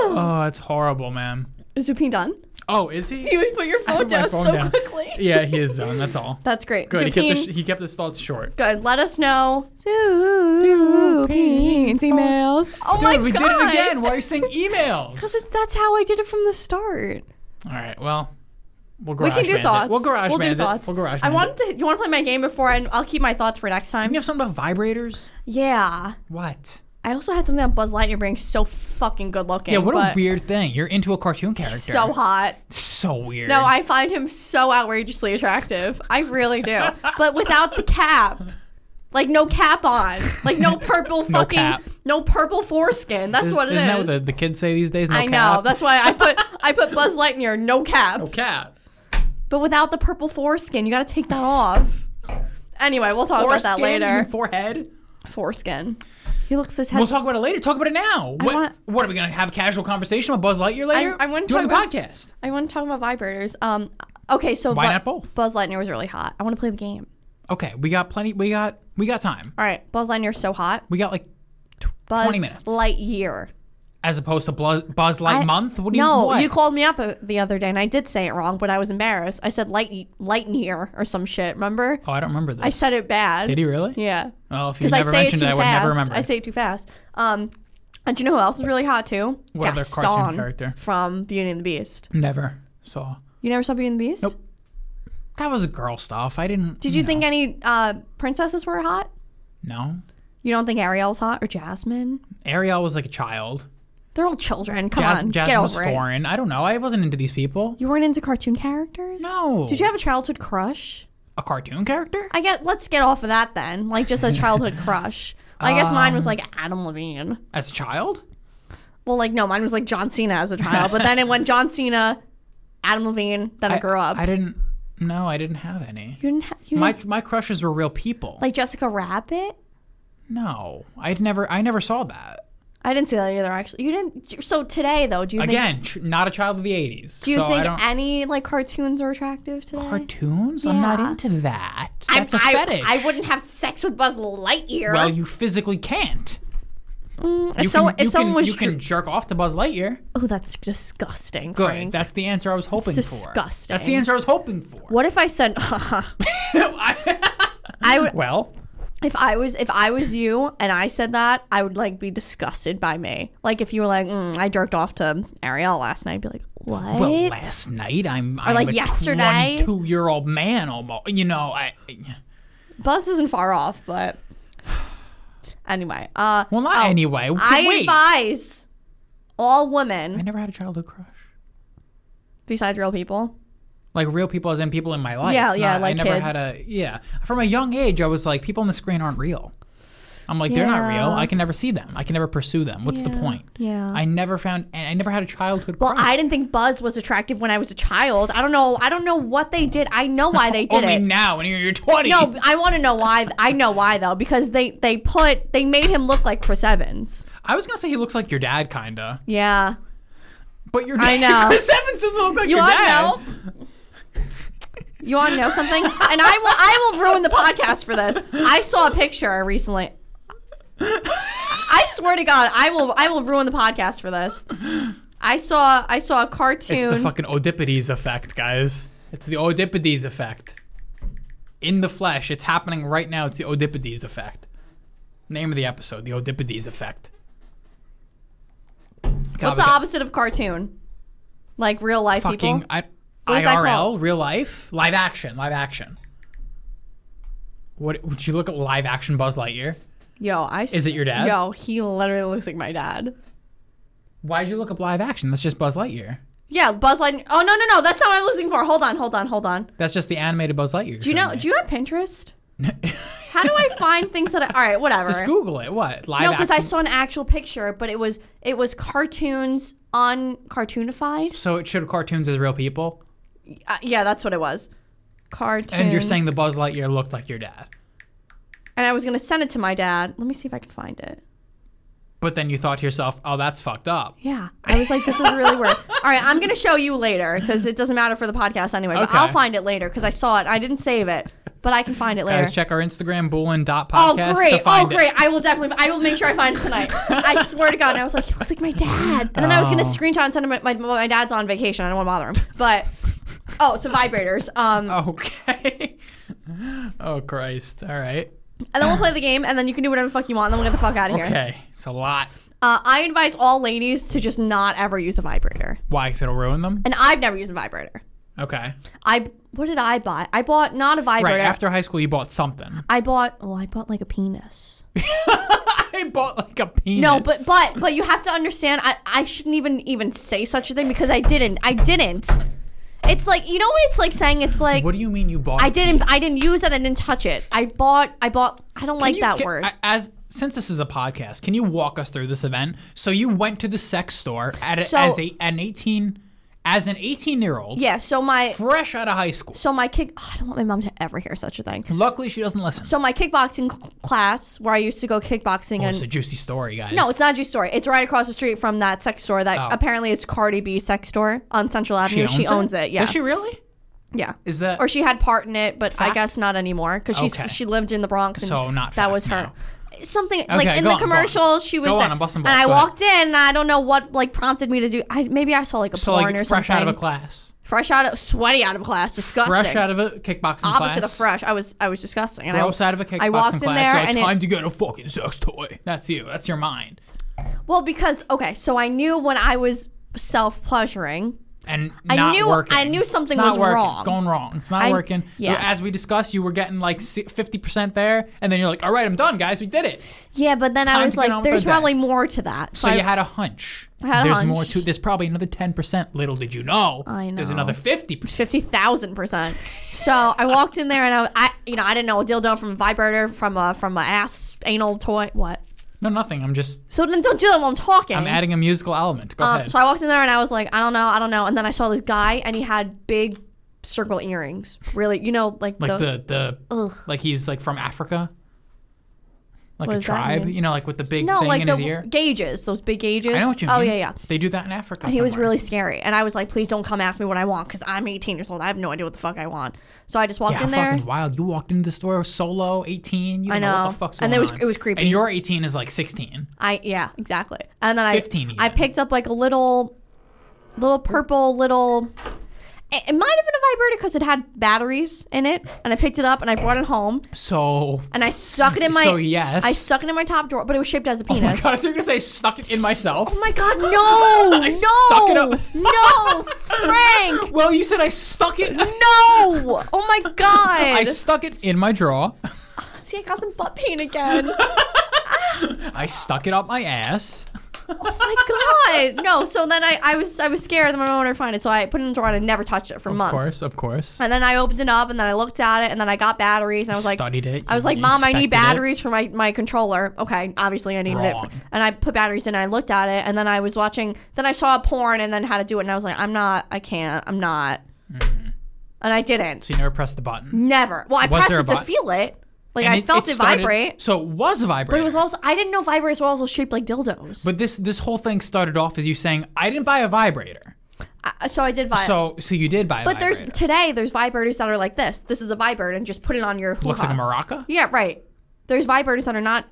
A: Oh, it's horrible, man.
B: Is Zupine done?
A: Oh, is he?
B: You would put your phone
A: put my
B: down
A: phone
B: so
A: down.
B: quickly.
A: yeah, he is done. That's all.
B: That's great.
A: Good. He kept,
B: Zupine,
A: the, he kept his thoughts short.
B: good. Let us know. Zupine emails. Oh
A: Dude,
B: my
A: we
B: god.
A: did it again. Why are you saying
B: (laughs)
A: emails?
B: That's how I did it from the start.
A: all right. Well, we'll
B: We
A: garage
B: can do
A: band it.
B: thoughts.
A: We'll garage
B: We'll
A: band
B: do
A: it.
B: thoughts.
A: We'll garage.
B: I
A: band it.
B: wanted to. You want to play my game before, and I'll keep my thoughts for next time.
A: You have something about vibrators?
B: Yeah.
A: What?
B: I also had something on Buzz Lightyear being so fucking good looking.
A: Yeah, what
B: but
A: a weird thing. You're into a cartoon character.
B: So hot.
A: So weird.
B: No, I find him so outrageously attractive. I really (laughs) do. but without the cap. Like no cap on. Like no purple
A: No
B: fucking no,
A: cap.
B: purple foreskin. That's
A: Is-
B: what it
A: Isn't
B: is.
A: that what the, the kids say these days? No
B: I know.
A: cap.
B: That's why I put
A: (laughs)
B: I put Buzz Lightyear no cap.
A: no cap.
B: But without the purple foreskin, you got to take that off. Anyway, we'll talk about that
A: Foreskin? You mean
B: later.
A: Forehead.
B: Foreskin. He looks his head.
A: We'll talk about it later. Talk about it now. What?
B: wanna-
A: what are we gonna have a casual conversation with Buzz Lightyear later?
B: I wanna
A: do it on the
B: talk about-
A: podcast.
B: I want to talk about vibrators. Um. Okay, so
A: Why
B: Bu-
A: not both?
B: Buzz Lightyear was really hot. I want to play the game.
A: Okay, we got plenty. We got we got time.
B: All right, Buzz Lightyear's so hot.
A: We got like
B: Buzz
A: 20 minutes.
B: Lightyear.
A: as opposed to Buzz, Buzz Light
B: I-
A: Month. What do you?
B: No,
A: what?
B: you called me up uh, the other day, and I did say it wrong, but I was embarrassed. I said light Lightyear or some shit. Remember?
A: Oh, I don't remember this.
B: I said it bad.
A: Did he really?
B: Yeah.
A: Oh, if you
B: Because I
A: never
B: say it
A: mentioned
B: too
A: it, I would
B: fast.
A: never remember.
B: I say it too fast. Um, and do you know who else is really hot too?
A: What other cartoon character?
B: from Beauty and the Beast.
A: never saw.
B: You never saw Beauty and the Beast? Nope.
A: That was girl stuff. I didn't.
B: Did you think any uh, princesses were hot?
A: No.
B: You don't think Ariel's hot or Jasmine?
A: Ariel was like a child.
B: They're all children. Come
A: Jas-
B: on, get
A: Jasmine
B: over
A: was
B: it.
A: foreign. I don't know. I wasn't into these people.
B: You weren't into cartoon characters?
A: No.
B: Did you have a childhood crush?
A: A cartoon character?
B: I get. Let's get off of that then. Like just a childhood crush. I
A: Um.
B: guess mine was like Adam Levine.
A: As a child?
B: Well, like no, mine was like John Cena as a child. but then it went John Cena, Adam Levine. Then I, grew up.
A: I didn't. No, I didn't have any.
B: you didn't. Ha- you
A: My
B: didn't,
A: my crushes were real people.
B: like Jessica Rabbit.
A: no, I'd never. I never saw that.
B: I didn't see that either. Actually, you didn't. So today though, do you think?
A: Again, tr- not a child of the '80s.
B: Do you
A: so I
B: think
A: don't,
B: any like cartoons are attractive today?
A: cartoons? I'm not
B: Yeah.
A: into that.
B: I-
A: That's a
B: I-
A: fetish.
B: I wouldn't have sex with Buzz Lightyear.
A: Well, you physically can't.
B: if
A: You
B: so,
A: can,
B: if
A: you
B: someone
A: can,
B: was
A: you
B: dr-
A: can jerk off to Buzz Lightyear.
B: oh, that's disgusting.
A: Good.
B: Frank.
A: That's the answer I was hoping for.
B: disgusting.
A: That's the answer I was hoping for.
B: what if I said? (laughs) I would
A: Well,
B: if I was if I was you and I said that I would like be disgusted by me. Like if you were like mm, I jerked off to Ariel last night, I'd be like what?
A: well, last night I'm, I'm
B: like
A: a
B: yesterday?
A: twenty-two-year-old man almost. You know, I.
B: Buzz isn't far off, but (sighs) anyway. Uh,
A: Well, not
B: oh,
A: anyway.
B: I
A: Wait.
B: advise all
A: I
B: women
A: never had a childhood crush.
B: besides real people.
A: Like real people, as in people in my life.
B: Yeah, yeah,
A: not- I
B: like
A: never
B: kids.
A: had a yeah. From a young age, I was like, people on the screen aren't real. I'm like, they're not real.
B: Yeah.
A: I can never see them. I can never pursue them. What's the
B: Yeah.
A: point?
B: Yeah.
A: I never found, and I never had a childhood.
B: Well,
A: crush.
B: I didn't think Buzz was attractive when I was a child. I don't know. I don't know what they did. I know
A: (laughs)
B: why they did
A: only
B: it.
A: now when you're in your 20s.
B: No, I want to know why. I know why though, because they they put they made him look like Chris Evans.
A: I was gonna say he looks like your dad, kinda,
B: Yeah,
A: but your dad, (laughs)
B: I know.
A: Chris Evans doesn't look like
B: you
A: your
B: want to
A: dad.
B: know? (laughs) You want to know something? And I will I will ruin the podcast for this. I saw a picture recently. I swear to God, I will I will ruin the podcast for this. I saw I saw a cartoon.
A: It's the fucking Oedipides effect, guys. It's the Oedipides effect. In the flesh, it's happening right now. It's the Oedipides effect. Name of the episode: The Oedipides Effect. God,
B: What's
A: we
B: the
A: got
B: opposite of cartoon? Like real life
A: Fucking
B: people.
A: I,
B: What is that
A: IRL,
B: called?
A: real life, live action, live action. What would you look at live action Buzz Lightyear?
B: Yo, I
A: Is it your dad?
B: Yo, he literally looks like my dad.
A: Why'd you look up live action? That's just Buzz Lightyear.
B: Yeah, Buzz Lightyear. Oh no, no, no, that's not what I'm looking for. Hold on, hold on, hold on.
A: That's just the animated Buzz Lightyear.
B: Do you know? Do you have
A: (laughs)
B: Pinterest? How do I find things that? I, all right, whatever.
A: just Google it? What live
B: no, because
A: action?
B: I saw an actual picture, but it was it was cartoons uncartoonified.
A: so it showed cartoons as real people,
B: Uh, yeah, that's what it was. Cartoons.
A: and you're saying the Buzz Lightyear looked like your dad,
B: And I was gonna send it to my dad. Let me see if I can find it.
A: but then you thought to yourself, "Oh, that's fucked up."
B: Yeah, I was like, this is really (laughs) weird. All right, I'm gonna show you later because it doesn't matter for the podcast anyway. But
A: Okay.
B: I'll find it later because I saw it. I didn't save it, but I can find it later.
A: Guys, check our Instagram boolin.podcast
B: Oh
A: to
B: great! Oh
A: find it.
B: great! I will definitely. I will make sure I find it tonight.
A: (laughs)
B: I swear to God. And I was like, he looks like my dad. And then I was gonna
A: Oh.
B: screenshot and send him. My, my, my dad's on vacation. I don't want to bother him. But oh, so vibrators. Um,
A: Oh. Okay. (laughs) oh Christ. All right.
B: and then we'll play the game, and then you can do whatever the fuck you want. And then we'll get the fuck out of here.
A: Okay. It's a lot.
B: Uh, I advise all ladies to just not ever use a vibrator.
A: Why? Because it'll ruin them.
B: And I've never used a vibrator.
A: Okay.
B: I what did I buy? I bought not a vibrator.
A: Right. After high school, you bought something. (laughs)
B: I bought oh I bought like a penis.
A: I bought like a penis.
B: No, but but but you have to understand I, I shouldn't even even say such a thing because I didn't. I didn't. It's like you know what it's like saying it's like
A: what do you mean you bought?
B: I
A: a
B: didn't
A: penis?
B: I didn't use it, I didn't touch it. I bought I bought I don't like
A: Can you-
B: that
A: can-
B: word.
A: a- As since this is a podcast, can you walk us through this event? So you went to the sex store at a,
B: So-
A: as a an eighteen as an eighteen year old,
B: yeah, so my
A: fresh out of high school.
B: so my kick oh, I don't want my mom to ever hear such a thing.
A: Luckily, she doesn't listen.
B: So my kickboxing cl- class where I used to go kickboxing
A: Oh,
B: and
A: it's a juicy story, guys.
B: No, it's not a juice store. It's right across the street from that sex store that
A: Oh.
B: apparently it's Cardi B sex store on Central Avenue. She owns, it. Yeah.
A: Does she really?
B: yeah.
A: Is that
B: or she had part in it, but I guess not anymore because she's
A: Okay.
B: she lived in the Bronx and
A: So not
B: that
A: fact,
B: was her.
A: no.
B: Something
A: Okay,
B: like in
A: go
B: the
A: on, go on.
B: commercial, she was
A: Go on,
B: there,
A: I'm busting
B: and
A: balls,
B: I
A: go ahead.
B: walked in, and I don't know what like prompted me to do. I maybe I saw like a
A: so
B: porn
A: like
B: or
A: fresh out
B: something.
A: of a class,
B: fresh out of sweaty out of class, disgusting.
A: fresh out of a kickboxing class,
B: Opposite of fresh, I was I was disgusting. And I-
A: Gross out of a kickboxing
B: I walked in
A: class.
B: there
A: You're like,
B: and it-
A: time to get a fucking sex toy. That's you. That's your mind.
B: well, because okay, so I knew when I was self pleasuring
A: and
B: I
A: not
B: knew-
A: working.
B: I knew something
A: it's not
B: was
A: working.
B: wrong.
A: It's going wrong. It's not
B: I-
A: working.
B: yeah.
A: As we discussed, you were getting like fifty percent there, and then you're like, "All right, I'm done, guys. We did it."
B: Yeah, but then
A: Time
B: I was
A: to get on
B: like,
A: with the
B: there's
A: day.
B: probably more to that.
A: So
B: I,
A: you had a hunch.
B: I had a
A: there's more
B: hunch.
A: to. There's probably another ten percent. Little did you know.
B: I
A: There's
B: know.
A: another fifty percent.
B: fifty thousand percent. So I walked in there and I, I, you know, I didn't know a dildo from a vibrator from a from a ass anal toy. What?
A: No, nothing. I'm just.
B: So then don't do that while I'm talking.
A: I'm adding a musical element. Go
B: um,
A: ahead.
B: so I walked in there and I was like, I don't know, I don't know. And then I saw this guy and he had big circle earrings. Really, you know, like,
A: like
B: the,
A: the the, like he's like from Africa. Like
B: What
A: a
B: does that
A: tribe,
B: mean?
A: you know, like with the big
B: no,
A: thing
B: like
A: in
B: the
A: his ear.
B: gauges, those big gauges.
A: I know what you mean.
B: Oh yeah, yeah.
A: They do that in Africa.
B: And he was
A: somewhere.
B: really scary, and I was like, "Please don't come ask me what I want, because I'm 18 years old. I have no idea what the fuck I want." So I just walked
A: Yeah,
B: in there.
A: fucking wild. You walked into the store solo, 18. You don't
B: I
A: know. what
B: know.
A: the fuck's
B: And
A: going
B: it was-
A: on.
B: it was creepy.
A: And your 18 is like 16.
B: I yeah, exactly. And then I
A: 15
B: I
A: even.
B: picked up like a little little purple little it, it might have been a vibrator because it had batteries in it, and I picked it up and I brought it home
A: So, oh
B: and I stuck it in my
A: So, yes.
B: I stuck it in my top drawer, but it was shaped as a
A: oh my
B: penis.
A: god, if you're gonna say stuck it in myself.
B: Oh my god, no!
A: (laughs) I
B: no!
A: stuck it up.
B: no, Frank!
A: well, you said I stuck it.
B: No! Oh my
A: (laughs)
B: god!
A: I stuck it in my
B: (laughs)
A: drawer.
B: See, I got the butt pain again.
A: I stuck it up my ass.
B: oh my god, no. So then I, I was I was scared. Then my mom wanted to find it, so I put it in the drawer and I never touched it for
A: Of
B: months.
A: course, of course.
B: And then I opened it up, and then I looked at it, and then I got batteries, and I was like,
A: Studied it.
B: I was like,
A: you
B: Mom, I need
A: inspected it.
B: batteries for my, my controller. Okay, obviously I needed it.
A: Wrong.
B: For, and I put batteries in, and I looked at it, and then I was watching, then I saw porn, and then how to do it, and I was like, I'm not, I can't, I'm not. And I didn't.
A: So you never pressed the button.
B: Never. Well, I
A: Mm-hmm. Was
B: pressed
A: there a
B: it to
A: bot-
B: feel it. Like,
A: And
B: Mm-hmm. I felt it,
A: started-
B: vibrate.
A: So it was a vibrator.
B: But it was also, I didn't know vibrators were also shaped like dildos.
A: But this this whole thing started off as you saying, "I didn't buy a vibrator."
B: I- so I did vibrate.
A: So so you did buy a
B: but there's,
A: vibrator.
B: today, there's vibrators that are like this. This is a vibrator, and just put it on your
A: looks like a
B: hoo-ha.
A: maraca.
B: Yeah, right. There's vibrators that are not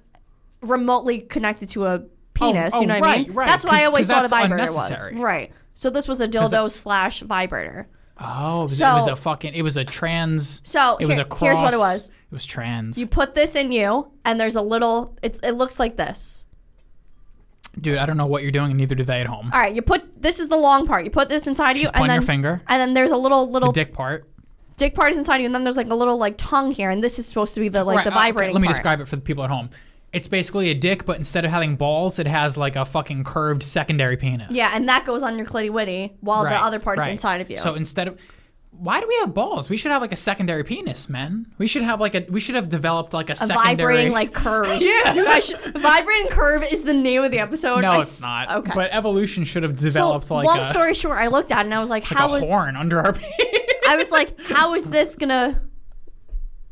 B: remotely connected to a penis.
A: oh,
B: you know what I
A: right,
B: mean?
A: right,
B: That's what I
A: 'cause-
B: always
A: 'cause
B: thought a
A: that's
B: vibrator was.
A: unnecessary.
B: Right. So this was a dildo slash vibrator.
A: Oh, it was-
B: So-
A: it was a fucking it was a trans
B: So
A: it was
B: here-
A: a cross.
B: here's what it was.
A: It was trans.
B: You put this in you, and there's a little. It's it looks like this.
A: Dude, I don't know what you're doing and neither do they at home.
B: All right. You put this is the long part. You put this inside you,
A: Just
B: and
A: on
B: then
A: your finger.
B: and then there's a little
A: The
B: little dick.
A: dick part.
B: part is inside you, and then there's like a little like tongue here, and this is supposed to be the like
A: Right,
B: the
A: uh, okay,
B: vibrating.
A: Let me
B: part.
A: describe it for the people at home. It's basically a dick, but instead of having balls, it has like a fucking curved secondary penis.
B: Yeah, and that goes on your clitty witty, while
A: Right,
B: the other part is
A: right.
B: inside of you.
A: So instead of why do we have balls? We should have like a secondary penis, man. We should have like a we should have developed like a, secondary
B: vibrating like curve.
A: (laughs)
B: yeah, you guys should, vibrating curve is the name of the episode.
A: No,
B: I
A: it's
B: s-
A: not.
B: Okay.
A: But evolution should have
B: so
A: developed like
B: long
A: a,
B: story short, I looked at it and I was like,
A: like
B: how
A: a
B: is
A: horn under our (laughs) penis.
B: I was like, how is this gonna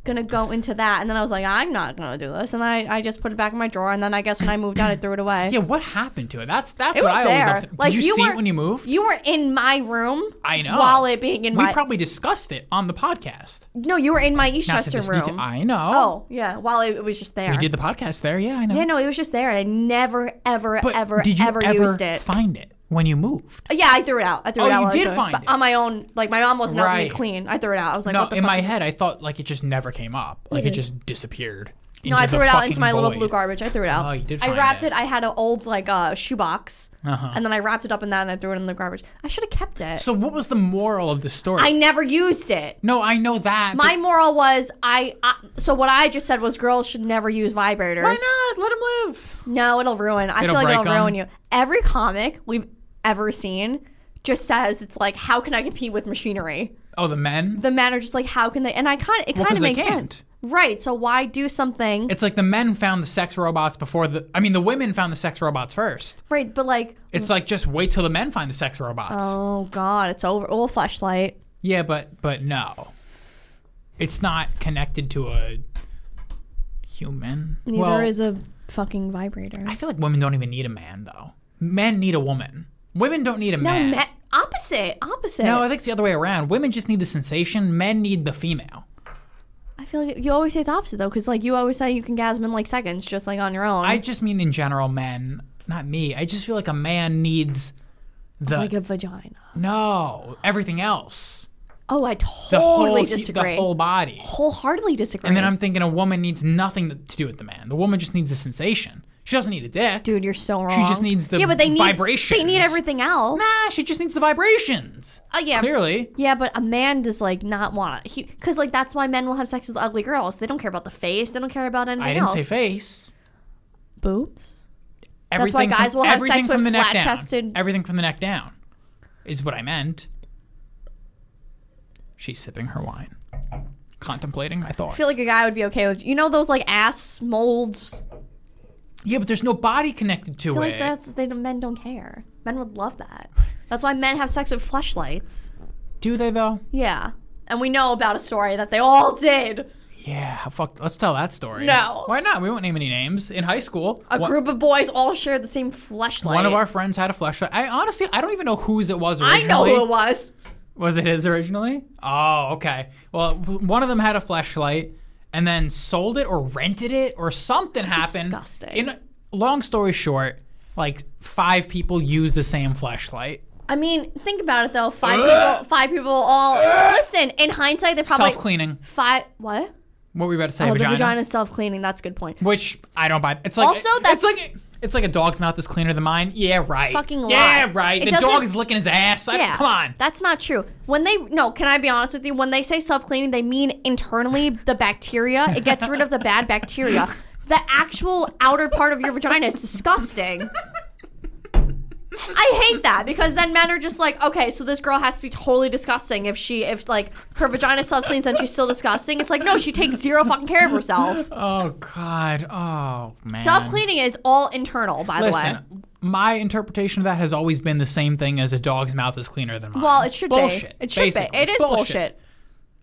B: gonna go into that? And then I was like, I'm not gonna do this. And then I, I just put it back in my drawer. And then I guess when I moved out, I threw it away.
A: Yeah, what happened to it? That's that's
B: It
A: what
B: was
A: I always
B: there.
A: love. To,
B: like
A: Did you, see
B: were
A: it when you moved?
B: You were in my room.
A: I know.
B: While it being in
A: we
B: my
A: probably discussed it on the podcast.
B: no, you were in my
A: Not to
B: Eastchester
A: this
B: room.
A: detail- I know.
B: oh yeah, while it, it was just there.
A: we did the podcast there. Yeah, I know.
B: Yeah, no, it was just there. I never, ever,
A: but
B: ever,
A: did you
B: ever, used it.
A: find it when you moved?
B: Uh, Yeah, I threw it out. I threw
A: Oh,
B: it out.
A: you
B: while I was
A: did
B: doing
A: find
B: but
A: it.
B: on my own. Like my mom wasn't helping me
A: Right.
B: clean. I threw it out. I was like,
A: No,
B: what the
A: in
B: fuck? Mm-hmm.
A: my head, I thought like it just never came up. Like it just disappeared.
B: no, I
A: into
B: threw
A: the
B: it out
A: fucking
B: into my little
A: void.
B: blue garbage. I threw it out.
A: Oh, you did
B: I
A: find
B: wrapped
A: it.
B: it. I had an old like uh, shoebox,
A: Uh-huh.
B: and then I wrapped it up in that, and I threw it in the garbage. I should have kept it.
A: So what was the moral of the story?
B: I never used it.
A: no, I know that.
B: My moral was I, I. So what I just said was girls should never use vibrators.
A: but why not? Let him live.
B: No, it'll ruin. I
A: It'll
B: feel like
A: break
B: it'll ruin
A: them.
B: you. Every comic we've ever seen just says it's like, how can I compete with machinery?
A: Oh, the men.
B: The men are just like, how can they? And I kind of, it kind
A: 'cause
B: of
A: they
B: makes
A: can't.
B: sense, right? So why do something,
A: it's like the men found the sex robots before the. I mean, the women found the sex robots first.
B: right? But like,
A: It's like just wait till the men find the sex robots.
B: Mm. oh god, it's over. Old flashlight.
A: Yeah, but but no, it's not connected to a human.
B: Neither
A: well,
B: is a fucking vibrator.
A: I feel like women don't even need a man though. Men need a woman. Women don't need a
B: No,
A: man.
B: ma- opposite, opposite.
A: no, I think it's the other way around. Women just need the sensation. Men need the female.
B: I feel like you always say it's opposite though, because like you always say you can gasm in like seconds, just like on your own.
A: I just mean in general, men. Not me. I just feel like a man needs the
B: like a vagina.
A: no everything else.
B: Oh, I
A: The
B: totally
A: whole
B: disagree.
A: the whole body.
B: Wholeheartedly disagree.
A: And then I'm thinking a woman needs nothing to do with the man. The woman just needs the sensation. She doesn't need a dick.
B: Dude, you're so wrong.
A: just needs the
B: yeah, but they need, They need
A: vibrations.
B: everything else.
A: Nah, Ah, she just needs the vibrations.
B: Oh, yeah.
A: Clearly.
B: Yeah, but a man does like not want to, because like that's why men will have sex with ugly girls. They don't care about the face. They don't care about anything
A: I didn't
B: else.
A: say face.
B: Boobs.
A: Everything
B: why guys
A: from,
B: will have
A: everything
B: sex
A: from
B: with
A: the neck down.
B: flat-chested-
A: Everything from the neck down is what I meant. She's sipping her wine, contemplating my thoughts.
B: I feel like a guy would be okay with you know those like ass molds.
A: yeah, but there's no body connected to
B: I feel
A: it.
B: like that's they don't- men don't care. Men would love that. That's why men have sex with fleshlights.
A: Do they though?
B: Yeah, and we know about a story that they all did.
A: Yeah. Fuck. Let's tell that story.
B: No.
A: Why not? We won't name any names. In high school,
B: A
A: one-
B: group of boys all shared the same fleshlight.
A: One of our friends had a flashlight. I honestly, I don't even know whose it was originally.
B: I know who it was.
A: Was it his originally? Oh, okay. Well, w- one of them had a flashlight and then sold it or rented it or something happened.
B: Disgusting.
A: In long story short, like five people used the same flashlight.
B: I mean, think about it though. Five people, five
A: (laughs)
B: people all listen. In hindsight, they're probably
A: Self cleaning.
B: five. What?
A: What were you about to say?
B: Oh,
A: vagina?
B: the vagina is self cleaning. That's a good point.
A: Which I don't buy. It's like
B: Also,
A: it's
B: that's-
A: like it's like a dog's mouth is cleaner than mine. Yeah, right.
B: Fucking
A: yeah,
B: lie.
A: right.
B: It
A: the dog
B: doesn't-
A: is licking his ass. I,
B: Yeah,
A: Come on.
B: That's not true. When they no, can I be honest with you? When they say self cleaning, they mean internally the bacteria. It gets rid of the bad bacteria. The actual outer part of your vagina is disgusting. I hate that because then men are just like, okay, so this girl has to be totally disgusting if she if like her vagina self cleans and she's still disgusting. It's like no, she takes zero fucking care of herself.
A: Oh God. Oh man.
B: Self cleaning is all internal, by the way.
A: Listen, my interpretation of that has always been the same thing as a dog's mouth is cleaner than mine.
B: Well, it should
A: bullshit,
B: be. It should be.
A: basically.
B: It is bullshit.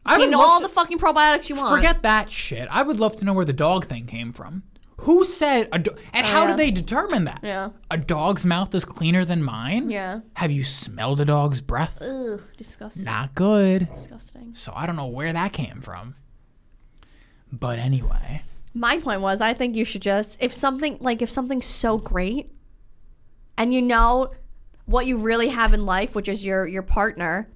A: I
B: You
A: would
B: know
A: love
B: all
A: to-
B: the fucking probiotics you want.
A: Forget that shit. I would love to know where the dog thing came from. Who said a do- and how
B: yeah.
A: do they determine that?
B: Yeah.
A: A dog's mouth is cleaner than mine?
B: Yeah.
A: Have you smelled a dog's breath?
B: Ugh, disgusting.
A: Not good.
B: Disgusting.
A: So I don't know where that came from. But anyway,
B: My point was, I think you should just if something like if something's so great, and you know what you really have in life, which is your your partner,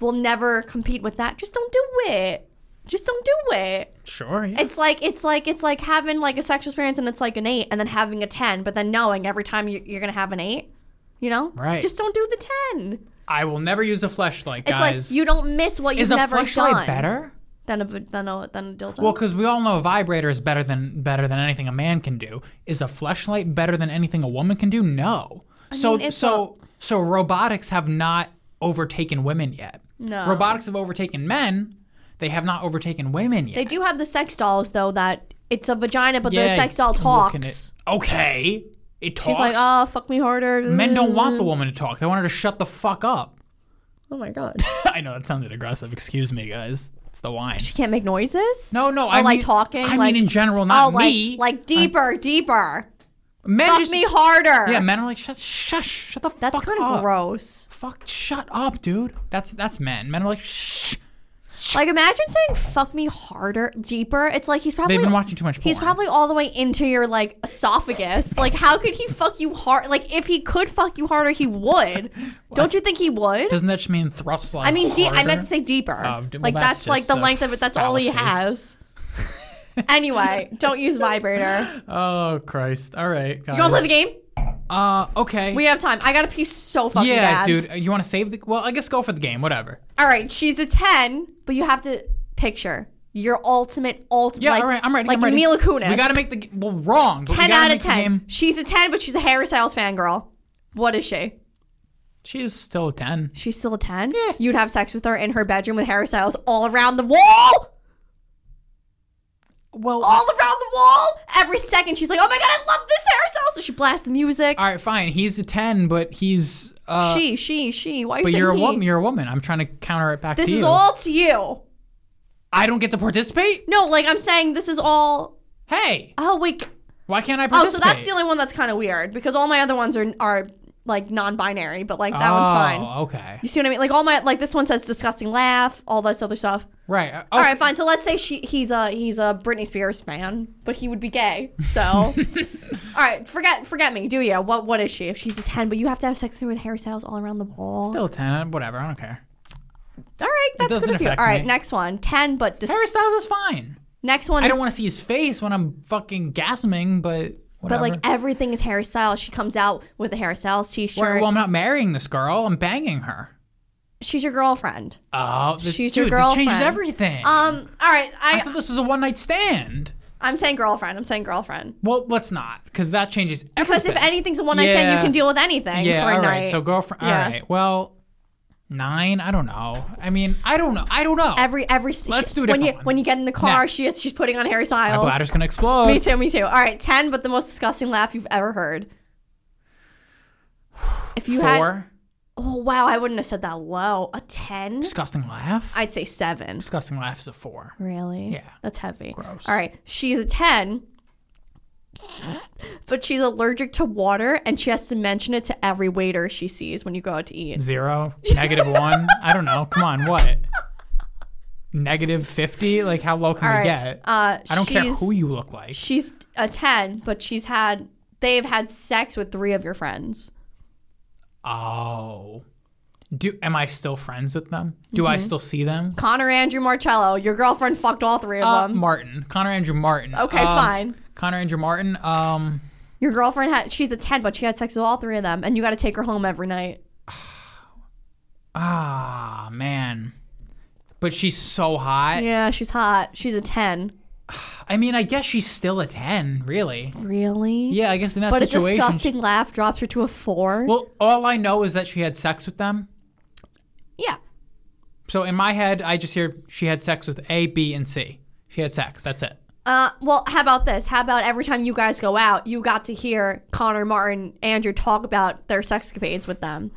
B: will never compete with that. Just don't do it. Just don't do it.
A: sure. Yeah.
B: It's like it's like it's like having like a sexual experience and it's like an eight, and then having a ten, but then knowing every time you- you're gonna have an eight, you know,
A: Right.
B: Just don't do the ten.
A: I will never use a fleshlight,
B: It's
A: guys.
B: like you don't miss what you've
A: is a
B: never
A: fleshlight
B: done.
A: better?
B: than a than a than a dildo?
A: Well, because we all know a vibrator is better than better than anything a man can do. Is a fleshlight better than anything a woman can do? No. so
B: mean, it's
A: so so robotics have not overtaken women yet.
B: No.
A: Robotics have overtaken men. They have not overtaken women yet.
B: They do have the sex dolls though that it's a vagina, but the
A: Yeah,
B: sex doll
A: you can look in
B: talks.
A: it. Okay. It talks.
B: She's like, oh, fuck me harder.
A: Men don't want the woman to talk. They want her to shut the fuck up. (laughs)
B: (laughs) Oh my god,
A: I know that sounded aggressive. Excuse me, guys. It's the wine.
B: she can't make noises.
A: No, no. I
B: like
A: mean-
B: talking,
A: I
B: like-
A: mean in general,
B: oh,
A: not
B: like
A: me.
B: like deeper, deeper.
A: men
B: Fuck
A: just,
B: me harder.
A: Yeah, men are like, shut, shush, shut the
B: that's
A: fuck
B: kind
A: up.
B: of gross.
A: Fuck, shut up, dude. That's that's men. Men are like, shh.
B: Like imagine saying "fuck me harder, deeper." It's like he's probably
A: They've been watching too much porn.
B: He's probably all the way into your like esophagus. like how could he fuck you hard? Like if he could fuck you harder,
A: (laughs)
B: he would. don't you think he would?
A: Doesn't that just mean thrust like
B: I mean, de- I
A: harder?
B: meant to say deeper.
A: Oh, d- well,
B: like that's,
A: that's
B: like
A: just
B: the
A: a
B: length of it. That's all he
A: fallacy. (laughs)
B: has. anyway, don't use vibrator.
A: Oh Christ! All right, guys.
B: You want to play the game?
A: Uh, okay.
B: We have time. I got to pee so fucking
A: yeah,
B: bad.
A: dude. Uh, You want to save the? Well, I guess go for the game. Whatever.
B: All right, she's a ten, but you have to picture your ultimate ultimate.
A: Yeah,
B: like,
A: all right. I'm ready.
B: Like
A: I'm ready.
B: Mila Kunis.
A: We gotta make the g- well wrong. but we
B: ten
A: gotta
B: out of
A: make the
B: ten.
A: game-
B: She's a ten, but she's a Harry Styles fangirl. What is she?
A: She's still a ten.
B: She's still a ten. Yeah. You'd have sex with her in her bedroom with Harry Styles all around the wall.
A: Well,
B: all around the wall. Every second, she's like, "Oh my god, I love this hairstyle!" So she blasts the music.
A: all right, fine. He's a ten, but he's uh.
B: she, she, she. Why are you
A: but
B: saying
A: you're a
B: he?
A: woman. You're a woman. I'm trying to counter it back
B: This
A: to you.
B: is all to you.
A: I don't get to participate.
B: No, like I'm saying, this is all.
A: Hey,
B: Oh wait.
A: why can't I
B: Oh, so
A: participate?
B: that's the only one that's kind of weird because all my other ones are are like non-binary, but like that one's fine.
A: Oh, okay.
B: You see what I mean? Like all my like this one says disgusting laugh, all this other stuff.
A: Right. uh,
B: All
A: okay.
B: right, fine. So let's say she he's a he's a Britney Spears fan, but he would be gay.
A: (laughs)
B: So, all right, forget forget me, do you? What what is she? If she's a ten, but you have to have sex with Harry Styles all around the wall.
A: Still 10, whatever, I don't care.
B: all right, that's
A: doesn't
B: good of you. All
A: affect
B: right,
A: me.
B: next one, ten, but dis-
A: Harry Styles is fine.
B: next one.
A: I don't
B: is-
A: want to see his face when I'm fucking gasming, but
B: But
A: whatever.
B: like everything is Harry Styles. She comes out with a Harry Styles t-shirt.
A: Well, well, I'm not marrying this girl. I'm banging her.
B: she's your girlfriend.
A: Oh, this,
B: She's your
A: dude, this changes
B: girlfriend.
A: everything.
B: Um. All right.
A: I
B: I
A: thought this was a one night stand.
B: I'm saying girlfriend. I'm saying girlfriend.
A: Well, let's not, because that changes everything.
B: Because if anything's a one night stand, you
A: Yeah.
B: can deal with anything
A: yeah,
B: for a
A: all
B: night.
A: right. So girlfriend.
B: Yeah.
A: All right. Well, nine. I don't know. I mean, I don't know. I don't know.
B: every every s-
A: Let's
B: she-
A: do a
B: when
A: different
B: you
A: one.
B: when you get in the car,
A: Next.
B: she is she's putting on Harry
A: My
B: Styles.
A: bladder's gonna explode.
B: Me too, me too. All right, ten, but the most disgusting laugh you've ever heard. (sighs) If you had,
A: Four.
B: oh wow, I wouldn't have said that low. A ten,
A: Disgusting laugh.
B: I'd say seven.
A: Disgusting laugh is a four.
B: Really?
A: Yeah.
B: That's heavy.
A: Gross.
B: All right, she's a ten, but she's allergic to water, and she has to mention it to every waiter she sees when you go out to eat. (laughs)
A: zero, negative one. I don't know. Come on, what? Negative fifty? Like how low can
B: All
A: we
B: right,
A: get?
B: uh,
A: I don't care
B: she's-
A: who you look like.
B: She's a ten, but she's had they've had sex with three of your friends.
A: Oh, do am I still friends with them? Do I
B: Mm-hmm.
A: still see them?
B: Connor Andrew Marcello. Your girlfriend fucked all three of
A: Uh,
B: them.
A: Martin, Connor Andrew Martin.
B: Okay,
A: Um,
B: fine.
A: Connor Andrew Martin. Um,
B: Your girlfriend had she's a ten, but she had sex with all three of them, and you got to take her home every night.
A: ah man, but she's so hot.
B: Yeah, she's hot. She's a ten.
A: I mean, I guess she's still a ten, really.
B: Really?
A: Yeah, I guess in that
B: But a
A: situation.
B: disgusting laugh drops her to a four.
A: Well, all I know is that she had sex with them.
B: yeah.
A: So in my head, I just hear she had sex with A, B, and C. She had sex. That's it.
B: Uh, well, how about this? How about every time you guys go out, you got to hear Connor, Martin, Andrew talk about their sexcapades with them?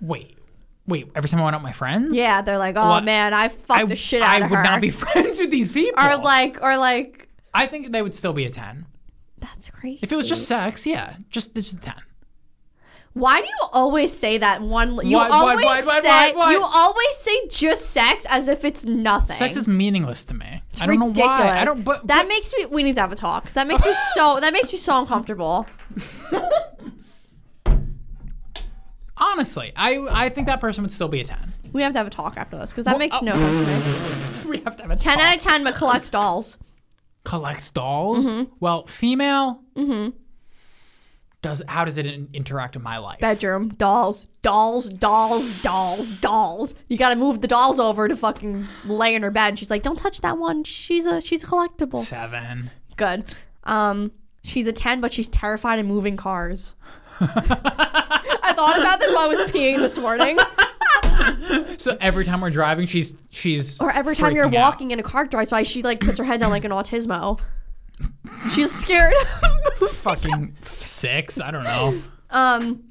A: Wait, wait. Every time I went out with my friends,
B: Yeah, they're like, oh
A: Well,
B: man, I fucked
A: I,
B: the shit out
A: I
B: of
A: would
B: her.
A: not be (laughs) friends with these people.
B: or like, or like,
A: I think they would still be a ten.
B: that's crazy.
A: If it was just sex, yeah, just this is a ten.
B: Why do you always say that one? You
A: Why, why,
B: always
A: why, why,
B: say
A: why, why?
B: you always say just sex as if it's nothing.
A: Sex is meaningless to me.
B: It's
A: I don't
B: ridiculous.
A: know why. I don't. But,
B: that makes me. We need to have a talk. 'cause that makes
A: (laughs)
B: me so. That makes me so uncomfortable.
A: honestly, I I think that person would still be a ten. (laughs)
B: We have to have a talk after this because that makes
A: oh. (laughs)
B: no sense. to me.
A: We have to have a
B: Ten
A: talk.
B: out of ten, but collects dolls.
A: collects dolls.
B: Mm-hmm.
A: Well, female. Mm-hmm. Does how does it in- interact with my life?
B: bedroom dolls dolls dolls dolls dolls you gotta move the dolls over to fucking lay in her bed she's like don't touch that one she's a she's a collectible
A: Seven.
B: good um she's a 10 but she's terrified of moving cars (laughs) i thought about this while i was peeing this morning
A: So every time we're driving, she's she's
B: or every time you're
A: freaking out.
B: walking and a car drives by she like puts her head down like an autismo she's scared (laughs)
A: fucking six. I don't know.
B: um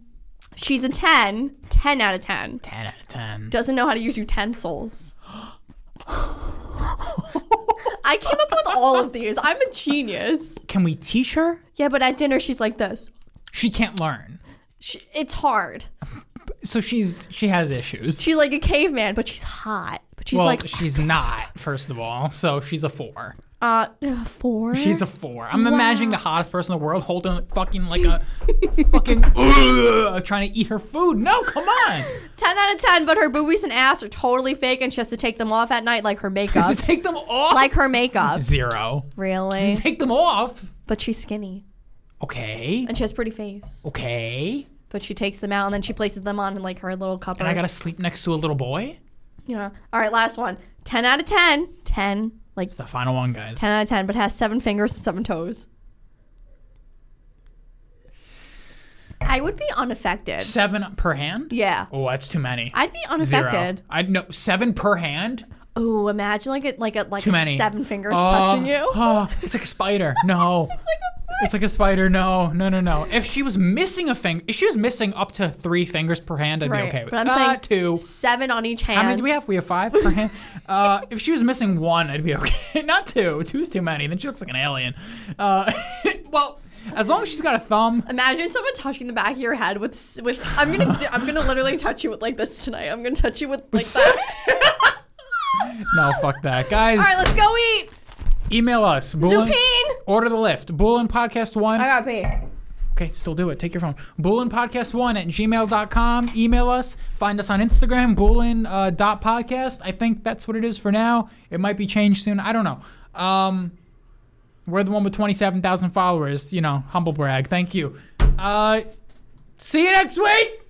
B: she's a 10 10 out of 10
A: Ten out of ten.
B: doesn't know how to use utensils. I came up with all of these. I'm a genius.
A: Can we teach her?
B: Yeah, but at dinner she's like this.
A: She can't learn,
B: She, it's hard.
A: so she's she has issues.
B: She's like a caveman, but she's hot. But she's
A: well,
B: like
A: she's not first of all, so she's a four.
B: uh (sighs) uh, four.
A: She's a four. I'm imagining the hottest person in the world holding a fucking like a (laughs) fucking ugh, trying to eat her food. No, come on.
B: ten out of ten. But her boobies and ass are totally fake, and she has to take them off at night, like her makeup,
A: Just take them off.
B: like her makeup.
A: zero.
B: Really?
A: Take them off.
B: But she's skinny,
A: Okay.
B: and she has pretty face.
A: Okay.
B: But she takes them out, and then she places them on in like her little cupboard.
A: And I gotta sleep next to a little boy.
B: Yeah. All right, last one. 10 out of 10. 10, like
A: It's the final one, guys.
B: 10 out of 10, but has seven fingers and seven toes. I would be unaffected.
A: Seven per hand.
B: Yeah.
A: Oh, that's too many.
B: I'd be
A: Zero.
B: unaffected.
A: I know seven per hand.
B: Ooh, imagine like it like a like
A: Too
B: a
A: many.
B: seven fingers
A: Oh, (laughs)
B: touching you.
A: oh, it's like a spider. No. It's like a spider. No, no, no, no. If she was missing a finger, if she was missing up to three fingers per hand, I'd
B: Right,
A: be okay with
B: but I'm
A: uh,
B: saying-
A: two.
B: Seven on each hand.
A: How many do we have? We have five per
B: (laughs)
A: hand. Uh, if she was missing one, I'd be okay. (laughs) Not two. Two's too many. Then she looks like an alien. Uh, (laughs) well, as long as she's got a thumb.
B: Imagine someone touching the back of your head with s- with. I'm gonna do, I'm gonna literally touch you with like this tonight. I'm gonna touch you with
A: (laughs)
B: like that.
A: No, fuck that. Guys,
B: All right, let's go eat.
A: email us. Bullen,
B: Zupine.
A: order the lift. Bullen Podcast 1.
B: I gotta pee.
A: Okay, still do it. Take your phone. BoolinPodcast1 at gmail.com. Email us. Find us on Instagram, Boolin, uh, dot podcast. I think that's what it is for now. It might be changed soon. I don't know. Um, we're the one with 27,000 followers. You know, humble brag. Thank you. Uh, see you next week.